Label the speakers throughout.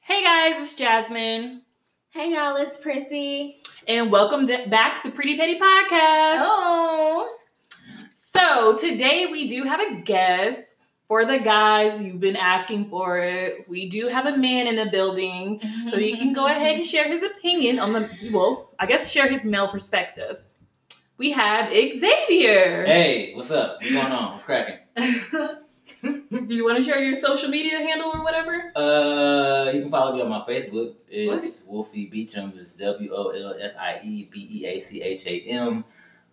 Speaker 1: Hey guys, it's Jasmine,
Speaker 2: Hey y'all, it's Prissy.
Speaker 1: and welcome to- back to Pretty Petty Podcast.
Speaker 2: Oh,
Speaker 1: So, today we do have a guest for the guys you've been asking for it. We do have a man in the building, so he can go ahead and share his opinion on the, well, I guess share his male perspective. We have Xavier.
Speaker 3: Hey, what's up? What's going on? What's cracking?
Speaker 1: do you want to share your social media handle or whatever?
Speaker 3: Uh, you can follow me on my Facebook. It's Wolfie Beacham. It's W O L F I E B E A C H A M.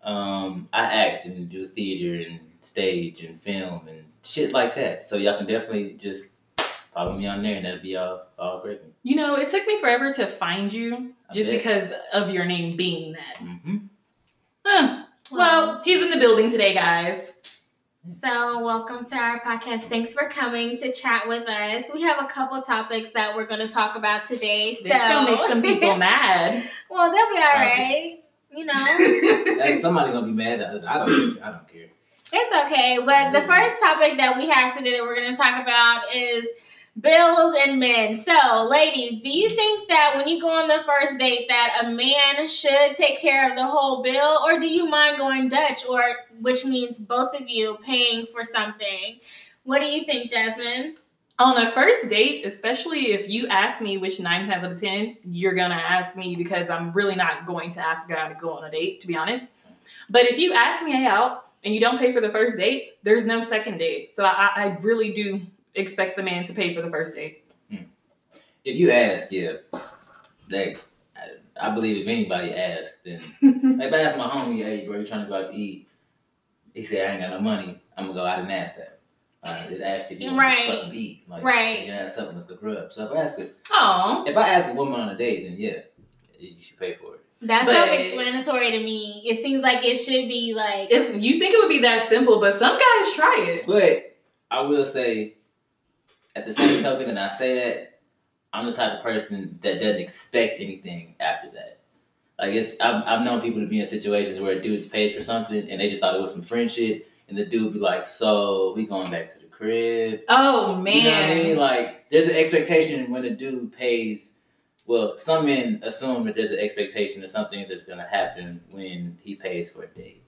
Speaker 3: Um, I act and do theater and stage and film and shit like that. So y'all can definitely just follow me on there, and that'll be all all cracking.
Speaker 1: You know, it took me forever to find you
Speaker 3: I
Speaker 1: just
Speaker 3: bet.
Speaker 1: because of your name being that.
Speaker 3: Mm-hmm.
Speaker 1: Huh. Well, he's in the building today, guys.
Speaker 2: so welcome to our podcast. Thanks for coming to chat with us. We have a couple topics that we're going to talk about today. So
Speaker 1: This still makes some people mad.
Speaker 2: well, they'll be all right. You know,
Speaker 3: Like, somebody gonna be mad. At, I don't. I don't care.
Speaker 2: it's okay. But
Speaker 1: Mm-hmm.
Speaker 2: the first topic that we have today that we're going to talk about is bills and men. So, ladies, do you think that when you go on the first date that a man should take care of the whole bill or do you mind going Dutch or which means both of you paying for something? What do you think, Jasmine?
Speaker 1: On a first date, especially if you ask me, which nine times out of ten you're gonna ask me because I'm really not going to ask a guy to go on a date, to be honest. But if you ask me out and you don't pay for the first date, there's no second date. So I, I really do expect the man to pay for the first date.
Speaker 3: If you ask, yeah, like I, I believe if anybody asks, then Like, If I ask my homie, hey, bro, you trying to go out to eat? He said, I ain't got no money. I'm going to go out and ask that. Uh, just ask if you want
Speaker 2: Right.
Speaker 3: to fucking eat. Like,
Speaker 2: Right.
Speaker 3: You can have something, let's go grub. So if I ask a,
Speaker 1: Oh,
Speaker 3: if I ask a woman on a date, then yeah, you should pay for it.
Speaker 2: That's
Speaker 1: But-
Speaker 2: self-explanatory to me. It seems like it should be like
Speaker 1: it's you think it would be that simple, but some guys try it.
Speaker 3: But I will say, at the same token, and I say that, I'm the type of person that doesn't expect anything after that. Like it's, I've, I've known people to be in situations where dudes paid for something and they just thought it was some friendship, and the dude be like, "So we going back to the crib?"
Speaker 1: Oh man,
Speaker 3: You know what I mean? Like, there's an expectation when a dude pays. Well, some men assume that there's an expectation of something that's gonna happen when he pays for a date.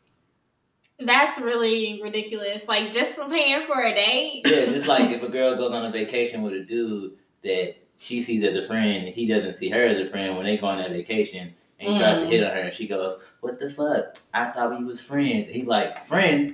Speaker 2: that's really ridiculous. Like just for paying for a date.
Speaker 3: Yeah, just like if a girl goes on a vacation with a dude that she sees as a friend, he doesn't see her as a friend when they go on that vacation, and he tries to
Speaker 1: Mhm.
Speaker 3: hit on her, and she goes, "What the fuck? I thought we was friends." And he like, "Friends?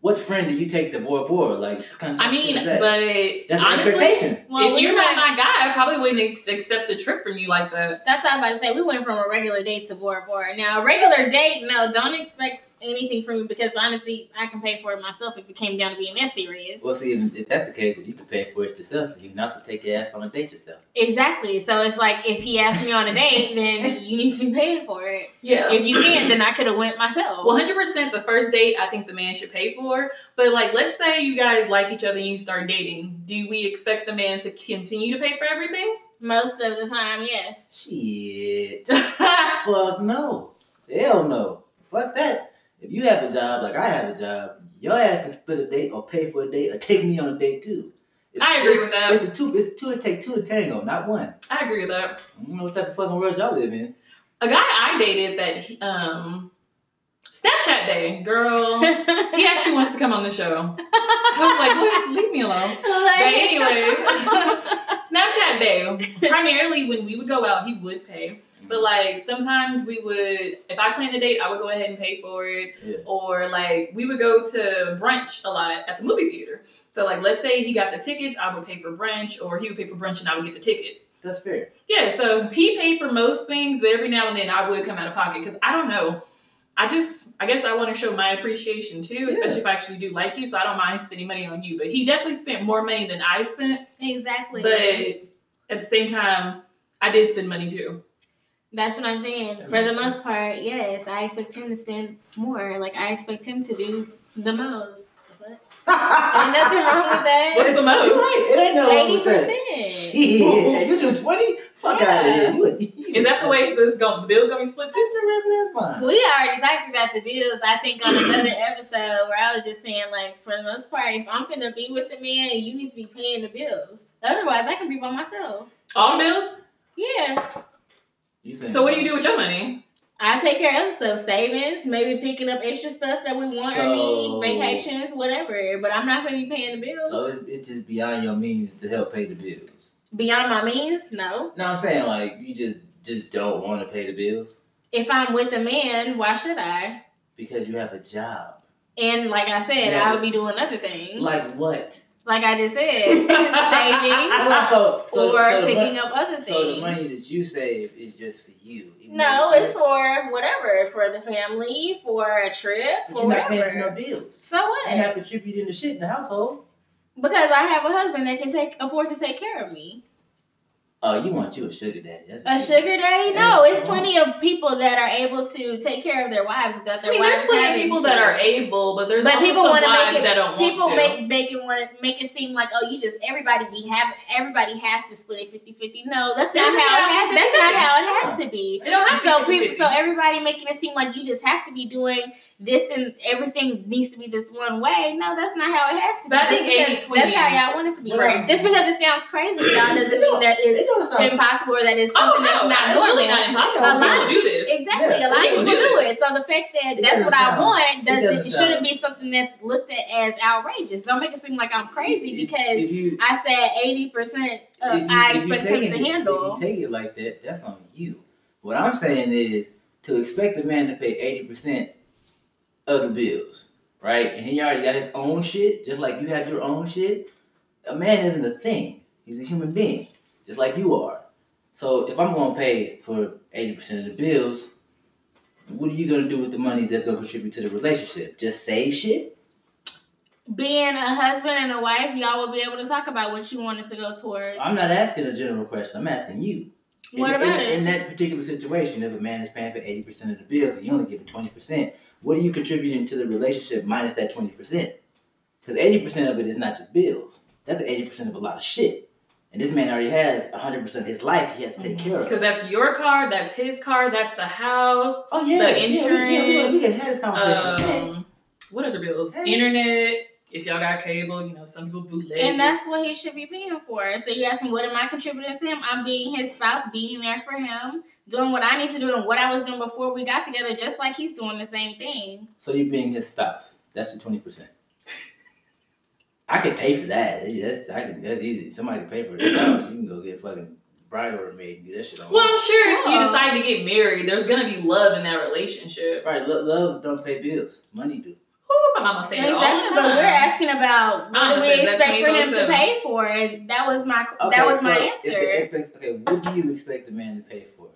Speaker 3: What friend do you take to Bora Bora? Like, what kind of
Speaker 1: I
Speaker 3: shit
Speaker 1: mean,
Speaker 3: is that?
Speaker 1: but
Speaker 3: that's an
Speaker 1: honestly,
Speaker 3: expectation."
Speaker 2: Well,
Speaker 1: if
Speaker 2: we
Speaker 1: you're not
Speaker 2: went-
Speaker 1: my guy, I probably wouldn't ex- accept a trip from you like that.
Speaker 2: that's what I'm about to say. We went from a regular date to Bora Bora. Now, a regular date, no, don't expect anything from me because honestly, I can pay for it myself if it came down to being that serious.
Speaker 3: Well, see, if if that's the case, if you can pay for it yourself, you can also take your ass on a date yourself.
Speaker 2: Exactly. So it's like if he asked me on a date, then you need to be paying for it.
Speaker 1: Yeah.
Speaker 2: If you didn't, then I could have went myself.
Speaker 1: Well, 100% the first date I think the man should pay for. But like let's say you guys like each other and you start dating. Do we expect the man to continue to pay for everything?
Speaker 2: Most of the time, yes.
Speaker 3: Shit. Fuck no. Hell no. Fuck that. If you have a job like I have a job, your ass can split a date or pay for a date or take me on a date too. It's
Speaker 1: I
Speaker 3: two-
Speaker 1: agree with that.
Speaker 3: It's a two. It's two. It take two to tango, not one.
Speaker 1: I agree with that.
Speaker 3: I don't know what type of fucking world y'all live in.
Speaker 1: A guy I dated that he- um Snapchat day, girl. He actually wants to come on the show. I was like, what? leave me alone. But anyways, Snapchat day. Primarily when we would go out, he would pay. But like sometimes we would, if I planned a date, I would go ahead and pay for it.
Speaker 3: Yeah.
Speaker 1: Or like we would go to brunch a lot at the movie theater. So like let's say he got the tickets, I would pay for brunch, or he would pay for brunch and I would get the tickets.
Speaker 3: that's fair.
Speaker 1: Yeah, so he paid for most things, but every now and then I would come out of pocket because I don't know. I just, I guess I want to show my appreciation too, especially if I actually do like you. So I don't mind spending money on you. But he definitely spent more money than I spent.
Speaker 2: exactly.
Speaker 1: But at the same time, I did spend money too.
Speaker 2: That's what I'm saying.
Speaker 3: That
Speaker 2: For the
Speaker 3: makes sense.
Speaker 2: most part, yes, I expect him to spend more. Like I expect him to do the most. But Ain't nothing wrong with that.
Speaker 1: What's the
Speaker 3: You're
Speaker 1: most?
Speaker 3: right. It ain't no wrong
Speaker 2: Eighty
Speaker 3: with that.
Speaker 2: percent.
Speaker 3: Shit, you do twenty? Fuck out of
Speaker 2: Yeah.
Speaker 3: here. You- you-
Speaker 1: Is that the way this going? The bill's gonna be split too?
Speaker 3: That's the revenue line.
Speaker 2: We already talked about the bills, I think, on another episode where I was just saying, like, for the most part, if I'm gonna be with the man, you need to be paying the bills. Otherwise, I can be by myself.
Speaker 1: All the bills.
Speaker 2: Yeah.
Speaker 3: You saying-
Speaker 1: So what do you do with your money?
Speaker 2: I take care of other stuff, savings, maybe picking up extra stuff that we want
Speaker 3: So-
Speaker 2: or need, vacations, whatever. But I'm not gonna be paying the bills.
Speaker 3: So it's, it's just beyond your means to help pay the bills.
Speaker 2: Beyond my means, no.
Speaker 3: No, I'm saying like you just just don't want to pay the bills
Speaker 2: If I'm with a man, why should I?
Speaker 3: because you have a job.
Speaker 2: And like I said,
Speaker 3: Yeah,
Speaker 2: I'll
Speaker 3: but-
Speaker 2: be doing other things. Like,
Speaker 3: Like what?
Speaker 2: I just said, savings
Speaker 3: Well, so, so,
Speaker 2: or
Speaker 3: so the mon-
Speaker 2: picking up other things.
Speaker 3: So the money that you save is just for you. Even
Speaker 2: No,
Speaker 3: though-
Speaker 2: it's for whatever, for the family, for a trip,
Speaker 3: but
Speaker 2: for
Speaker 3: you're not paying for no
Speaker 2: whatever.
Speaker 3: bills.
Speaker 2: So
Speaker 3: You're
Speaker 2: what?
Speaker 3: not contributing to shit in the household.
Speaker 2: Because I have a husband that can take afford to take care of me.
Speaker 3: Oh, you want you a sugar daddy? That's
Speaker 2: A
Speaker 3: what you-
Speaker 2: sugar daddy?
Speaker 3: Yeah.
Speaker 2: No, it's plenty of people that are able to take care of their wives
Speaker 1: I
Speaker 2: without their
Speaker 1: mean,
Speaker 2: wives.
Speaker 1: there's plenty of
Speaker 2: having
Speaker 1: people
Speaker 2: to.
Speaker 1: that are able, but there's
Speaker 2: But
Speaker 1: also
Speaker 2: people
Speaker 1: some
Speaker 2: wanna make
Speaker 1: wives
Speaker 2: it-
Speaker 1: that don't
Speaker 2: People
Speaker 1: want to.
Speaker 2: make make it want to make it seem like oh you just everybody be have everybody has to split it 50-50. No, that's not
Speaker 1: Doesn't
Speaker 2: how it
Speaker 1: matter.
Speaker 2: has, that's not how it has to be.
Speaker 1: It don't have to
Speaker 2: so
Speaker 1: be 50-50.
Speaker 2: people, so everybody making it seem like you just have to be doing this and everything needs to be this one way. No, that's not how it has to be.
Speaker 1: But I
Speaker 2: Just
Speaker 1: think
Speaker 2: because
Speaker 1: 80-20
Speaker 2: That's how y'all want it to be.
Speaker 3: What else?
Speaker 2: Just because it sounds crazy, to y'all doesn't mean that
Speaker 3: It
Speaker 2: it's
Speaker 3: don't sound-
Speaker 2: impossible or that it's
Speaker 1: Oh
Speaker 2: something
Speaker 1: no,
Speaker 2: that's not
Speaker 1: absolutely
Speaker 2: doable.
Speaker 1: not impossible.
Speaker 2: A lot-
Speaker 1: People do this.
Speaker 2: Exactly,
Speaker 3: Yeah,
Speaker 2: a lot of
Speaker 1: people
Speaker 2: people do
Speaker 1: do
Speaker 2: it. So the fact that
Speaker 3: It
Speaker 2: that's
Speaker 3: doesn't
Speaker 2: what I
Speaker 3: sound-
Speaker 2: want
Speaker 3: it
Speaker 2: doesn't
Speaker 3: doesn't
Speaker 2: it
Speaker 3: sound-
Speaker 2: shouldn't be something that's looked at as outrageous. Don't make it seem like I'm crazy
Speaker 3: If-
Speaker 2: because
Speaker 3: if you-
Speaker 2: I said eighty percent
Speaker 3: if you-
Speaker 2: I
Speaker 3: if you
Speaker 2: expect him
Speaker 3: take
Speaker 2: to
Speaker 3: it-
Speaker 2: handle.
Speaker 3: If you take it like that, that's on you. What I'm saying is to expect a man to pay eighty percent of the bills, right? And he already got his own shit, just like you have your own shit. A man isn't a thing; he's a human being, just like you are. So if I'm gonna pay for eighty percent of the bills, what are you gonna do with the money that's gonna contribute to the relationship? Just save shit?
Speaker 2: Being a husband and a wife, y'all will be able to talk about what you wanted to go towards.
Speaker 3: I'm not asking a general question. I'm asking you. In,
Speaker 2: what
Speaker 3: in-
Speaker 2: about it?
Speaker 3: in, that particular situation, if a man is paying for eighty percent of the bills and you only give him twenty percent, what are you contributing to the relationship minus that twenty percent? Because eighty percent of it is not just bills. That's eighty percent of a lot of shit. And this man already has hundred percent of his life he has to take care of.
Speaker 1: Because that's your car, that's his car, that's the house.
Speaker 3: Oh yeah,
Speaker 1: the
Speaker 3: yeah, we- yeah, we, we,
Speaker 1: insurance,
Speaker 3: can have this conversation.
Speaker 1: Um, what other bills?
Speaker 3: Hey.
Speaker 1: Internet. If y'all got cable, you know some people bootleg.
Speaker 2: And
Speaker 1: it.
Speaker 2: that's what he should be paying for. So you ask him, what am I contributing to him? I'm being his spouse, being there for him, doing what I need to do and what I was doing before we got together, just like he's doing the same thing.
Speaker 3: so you being his spouse, that's the twenty percent. I could pay for that. That's I can, that's easy. Somebody can pay for his spouse. You can go get fucking bridal or maid and do that shit on
Speaker 1: well, I'm sure if you
Speaker 2: Oh.
Speaker 1: decide to get married, there's gonna be love in that relationship.
Speaker 3: Right, lo- love don't pay bills. Money do.
Speaker 1: Ooh, my mama say it all
Speaker 2: Exactly,
Speaker 1: the
Speaker 2: but we're
Speaker 1: time.
Speaker 2: asking about what do
Speaker 1: Honestly,
Speaker 2: we
Speaker 1: is that
Speaker 2: expect for him to
Speaker 1: 24/7?
Speaker 2: pay for, and that was my that was my
Speaker 3: so if the
Speaker 2: answer.
Speaker 3: expect- okay, what do you expect the man to pay for?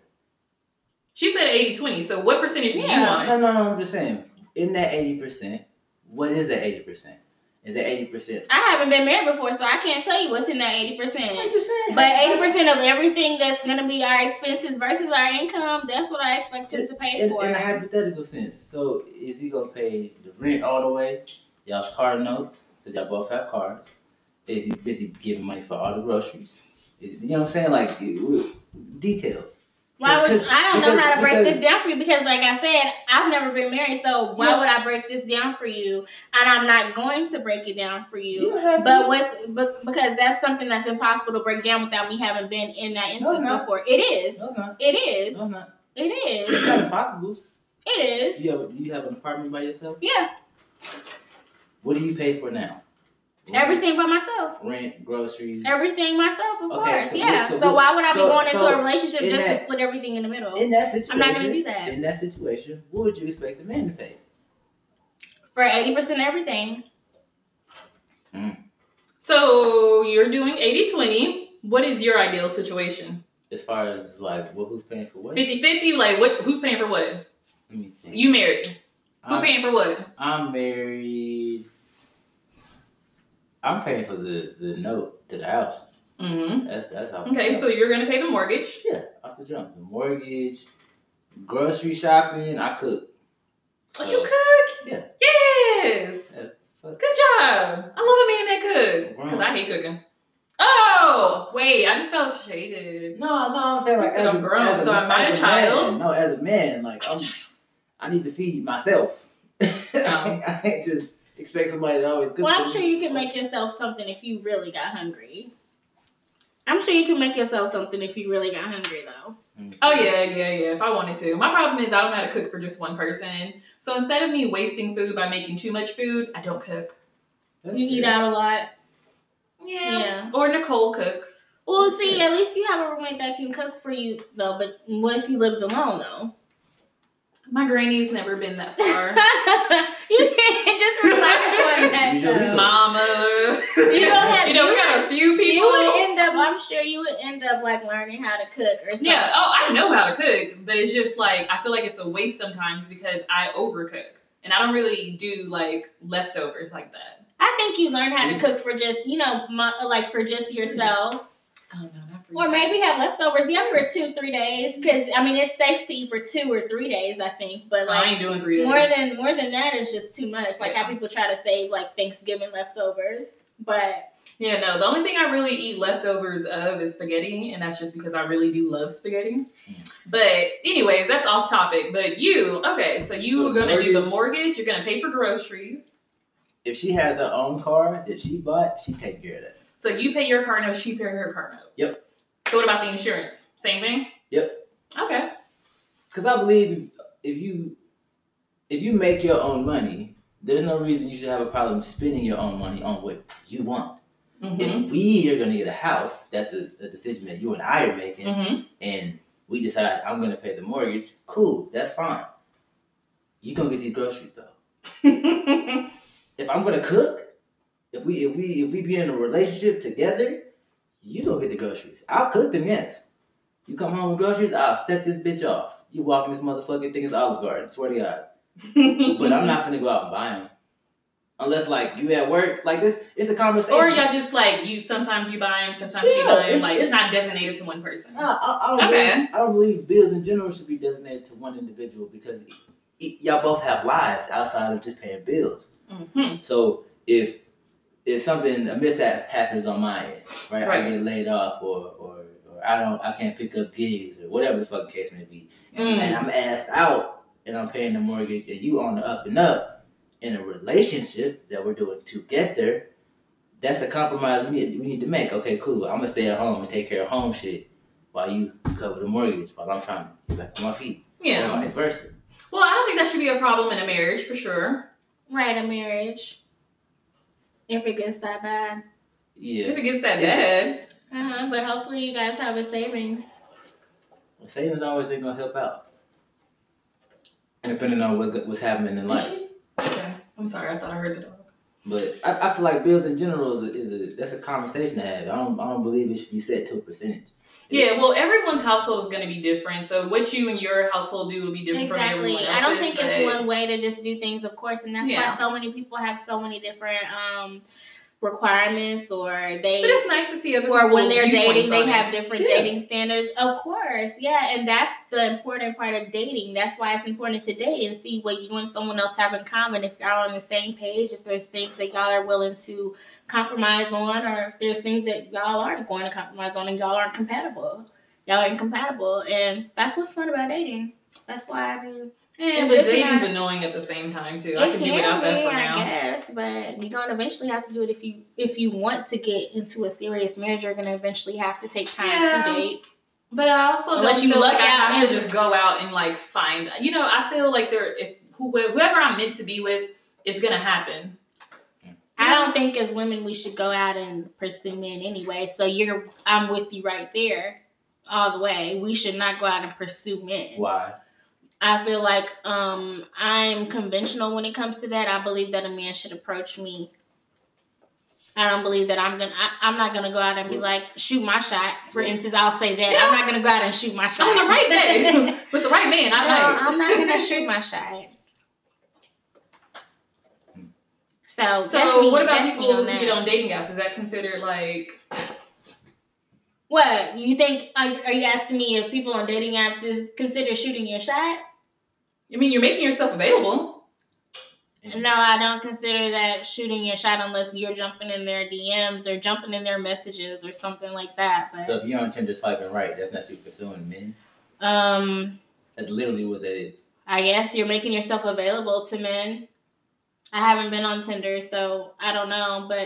Speaker 1: She said 80-20, So what percentage do you
Speaker 2: Yeah.
Speaker 1: want?
Speaker 3: No, no, no. I'm just saying. In that eighty percent, what is that eighty percent? Is that eighty percent?
Speaker 2: I haven't been married before, so I can't tell you what's in that eighty percent.
Speaker 3: saying.
Speaker 2: But eighty percent of everything that's gonna be our expenses versus our income, that's what I expect him to pay
Speaker 3: in,
Speaker 2: for.
Speaker 3: in a hypothetical sense. So is he gonna pay the rent all the way? Y'all's car notes because y'all both have cars. Is he is he giving money for all the groceries? Is, you know what I'm saying? Like it- details.
Speaker 2: Why would
Speaker 3: Because-
Speaker 2: I don't know how to break
Speaker 3: because-
Speaker 2: this down for you because, like I said, I've never been married, so why
Speaker 3: Yeah.
Speaker 2: would I break this down for you? And I'm not going to break it down for you.
Speaker 3: don't have
Speaker 2: But what's but, because that's something that's impossible to break down without me having been in that
Speaker 3: No,
Speaker 2: instance
Speaker 3: it's not.
Speaker 2: before. It is.
Speaker 3: No, it's not.
Speaker 2: It is.
Speaker 3: No, it's not.
Speaker 2: It is.
Speaker 3: It's not impossible.
Speaker 2: It is.
Speaker 3: You have, you have an apartment by yourself?
Speaker 2: Yeah.
Speaker 3: What do you pay for now? Rent,
Speaker 2: Everything by myself.
Speaker 3: Rent, groceries.
Speaker 2: Everything myself, of
Speaker 3: Okay,
Speaker 2: course.
Speaker 3: so
Speaker 2: yeah.
Speaker 3: we- so
Speaker 2: So,
Speaker 3: we-
Speaker 2: why would I be
Speaker 3: so-
Speaker 2: going into
Speaker 3: so
Speaker 2: a relationship
Speaker 3: in
Speaker 2: just
Speaker 3: that-
Speaker 2: to split everything in the middle?
Speaker 3: in that situation,
Speaker 2: I'm not gonna do that.
Speaker 3: In that situation, what would you expect the man to pay?
Speaker 2: For eighty percent of everything.
Speaker 1: So you're doing 80-20. What is your ideal situation?
Speaker 3: As far as like, well, who's paying for what?
Speaker 1: 50-50? Like what who's paying for what?
Speaker 3: Let me think.
Speaker 1: You married. Who
Speaker 3: I'm,
Speaker 1: paying for what?
Speaker 3: I'm married. I'm paying for the, the note to the house.
Speaker 1: Mm-hmm.
Speaker 3: That's that's how.
Speaker 1: Okay, so you're gonna pay the mortgage.
Speaker 3: yeah, off the jump, the mortgage, grocery shopping. I cook.
Speaker 1: But
Speaker 3: So-
Speaker 1: you cook?
Speaker 3: Yeah.
Speaker 1: Yes.
Speaker 3: That's
Speaker 1: Good job. I love a man that cook because I hate cooking. Oh wait, I just felt shaded.
Speaker 3: No, no, I'm saying like
Speaker 1: You said
Speaker 3: as
Speaker 1: I'm
Speaker 3: a-
Speaker 1: grown,
Speaker 3: as
Speaker 1: so am I
Speaker 3: as
Speaker 1: a child?
Speaker 3: man. No, as a man, like I'm, I need to feed myself. I, can't, I can't just expect somebody to always cook.
Speaker 2: Well, I'm
Speaker 3: for
Speaker 2: sure
Speaker 3: me.
Speaker 2: you can make yourself something if you really got hungry. I'm sure you can make yourself something if you really got hungry, though.
Speaker 1: Oh yeah, yeah, yeah. If I wanted to, my problem is I don't know how to cook for just one person. So instead of me wasting food by making too much food, I don't cook.
Speaker 3: That's
Speaker 2: you eat
Speaker 3: fair.
Speaker 2: out a lot.
Speaker 1: Yeah.
Speaker 2: Yeah.
Speaker 1: Or Nicole cooks.
Speaker 2: Well, see, at least you have a roommate that can cook for you, though. But what if you lived alone, though?
Speaker 1: My granny's never been that far.
Speaker 2: you can't just rely on that,
Speaker 3: You don't
Speaker 2: though.
Speaker 1: Mama.
Speaker 2: You don't have-
Speaker 1: You know, we
Speaker 2: you
Speaker 1: got a few people.
Speaker 2: You would end up. I'm sure you would end up like learning how to cook or something.
Speaker 1: Yeah. Oh, I know how to cook, but it's just like I feel like it's a waste sometimes because I overcook and I don't really do like leftovers like that.
Speaker 2: I think you learn how to cook for just you know mo- like for just yourself,
Speaker 1: Oh no, not for
Speaker 2: or maybe have leftovers. Yeah, for two three days because I mean it's safe to eat for two or three days. I think, but
Speaker 1: I
Speaker 2: like.
Speaker 1: ain't doing three days.
Speaker 2: More than more than that is just too much. Like
Speaker 1: Yeah.
Speaker 2: how people try to save like Thanksgiving leftovers, but
Speaker 1: yeah, no. The only thing I really eat leftovers of is spaghetti, and that's just because I really do love spaghetti. But anyways, that's off topic. But you, okay? So you
Speaker 3: So
Speaker 1: were gonna do the
Speaker 3: mortgage-
Speaker 1: mortgage. You're gonna pay for groceries.
Speaker 3: If she has her own car that she bought, she take care of that.
Speaker 1: So you pay your car note. She pay her car note.
Speaker 3: Yep.
Speaker 1: So what about the insurance? Same thing.
Speaker 3: Yep.
Speaker 1: Okay.
Speaker 3: Because I believe if, if you if you make your own money, there's no reason you should have a problem spending your own money on what you want.
Speaker 1: Mm-hmm.
Speaker 3: If we are going to get a house, that's a, a decision that you and I are making,
Speaker 1: Mm-hmm.
Speaker 3: and we decide I'm going to pay the mortgage. Cool, that's fine. You gonna get these groceries though.
Speaker 1: Mm-hmm.
Speaker 3: If I'm gonna cook, if we if we if we be in a relationship together, you gonna get the groceries. I'll cook them, yes. You come home with groceries, I'll set this bitch off. You walking this motherfucking thing is Olive Garden, swear to God. but I'm not finna go out and buy them. Unless like you at work, like this, it's a conversation.
Speaker 1: Or y'all just like you. Sometimes you buy them. Sometimes you
Speaker 3: Yeah,
Speaker 1: buy them.
Speaker 3: it's-
Speaker 1: Like it's
Speaker 3: it's- Oh.
Speaker 1: not designated to one person.
Speaker 3: Nah, I, I don't
Speaker 1: Okay.
Speaker 3: believe, I don't believe bills in general should be designated to one individual because y- y- y'all both have lives outside of just paying bills.
Speaker 1: Mm-hmm.
Speaker 3: So if if something a mishap happens on my end, right, I
Speaker 1: Right.
Speaker 3: get laid off or, or or I don't I can't pick up gigs or whatever the fucking case may be,
Speaker 1: Mm.
Speaker 3: and I'm asked out and I'm paying the mortgage and you on the up and up in a relationship that we're doing together, that's a compromise we need, we need to make. Okay, cool. I'm gonna stay at home and take care of home shit while you cover the mortgage while I'm trying to get back on my feet. Or
Speaker 1: Yeah.
Speaker 3: vice versa.
Speaker 1: Well, I don't think that should be a problem in a marriage for sure.
Speaker 2: right a marriage. If it gets that bad,
Speaker 3: Yeah.
Speaker 1: If it gets that
Speaker 3: Yeah.
Speaker 1: bad,
Speaker 2: uh huh. But hopefully you guys have a savings.
Speaker 3: Savings always ain't gonna help out. And depending on what's what's happening in
Speaker 1: Did
Speaker 3: life,
Speaker 1: she? Okay. I'm sorry. I thought I heard the dog.
Speaker 3: but I, I feel like bills in general is a, is a that's a conversation to have. I don't I don't believe it should be set to a percentage.
Speaker 1: Yeah. Well, everyone's household is going to be different. So what you and your household do will be different from
Speaker 2: Exactly.
Speaker 1: everyone else's.
Speaker 2: I don't think it's
Speaker 1: but-
Speaker 2: one way to just do things, of course, and that's
Speaker 1: Yeah.
Speaker 2: why so many people have so many different um requirements or they
Speaker 1: But it's nice to see other
Speaker 2: or when
Speaker 1: people's
Speaker 2: they're
Speaker 1: viewpoints
Speaker 2: dating they
Speaker 1: on it.
Speaker 2: have different
Speaker 3: Yeah.
Speaker 2: dating standards of course yeah and that's the important part of dating that's why it's important to date and see what you and someone else have in common if y'all are on the same page if there's things that y'all are willing to compromise on or if there's things that y'all aren't going to compromise on and y'all aren't compatible y'all are incompatible and that's what's fun about dating that's why i mean
Speaker 1: Yeah,
Speaker 2: If
Speaker 1: but
Speaker 2: it's
Speaker 1: dating's
Speaker 2: not-
Speaker 1: annoying at the same time too.
Speaker 2: it
Speaker 1: I
Speaker 2: can,
Speaker 1: can, do without
Speaker 2: be,
Speaker 1: that for
Speaker 2: I
Speaker 1: now.
Speaker 2: guess, but you're gonna eventually have to do it if you if you want to get into a serious marriage. You're gonna eventually have to take time
Speaker 1: Yeah.
Speaker 2: to date.
Speaker 1: But I also
Speaker 2: Unless
Speaker 1: don't
Speaker 2: you
Speaker 1: feel
Speaker 2: luck
Speaker 1: like I
Speaker 2: out
Speaker 1: have to
Speaker 2: and-
Speaker 1: just go out and like find. You know, I feel like there, if who- whoever I'm meant to be with, it's gonna happen.
Speaker 2: I don't think as women we should go out and pursue men anyway. So you're, I'm with you right there, all the way. We should not go out and pursue men.
Speaker 3: Why?
Speaker 2: I feel like um, I'm conventional when it comes to that. I believe that a man should approach me. I don't believe that I'm gonna. I, I'm not gonna go out and be like shoot my shot. For instance, I'll say that I'm not gonna go out and shoot my shot
Speaker 1: On the right day, with the right man, I
Speaker 2: no,
Speaker 1: might.
Speaker 2: I'm not gonna shoot my shot. So, that's
Speaker 1: So,
Speaker 2: me-
Speaker 1: what about
Speaker 2: that's me
Speaker 1: people who
Speaker 2: that.
Speaker 1: get on dating apps? Is that considered like?
Speaker 2: What you think? Are, are you asking me if people on dating apps is consider shooting your shot?
Speaker 1: I mean, you're making yourself available.
Speaker 2: No, I don't consider that shooting your shot unless you're jumping in their DMs or jumping in their messages or something like that. But
Speaker 3: So if you're on Tinder swiping right, that's not you pursuing men.
Speaker 2: um,
Speaker 3: That's literally what that is.
Speaker 2: I guess you're making yourself available to men. I haven't been on Tinder, so I don't know, but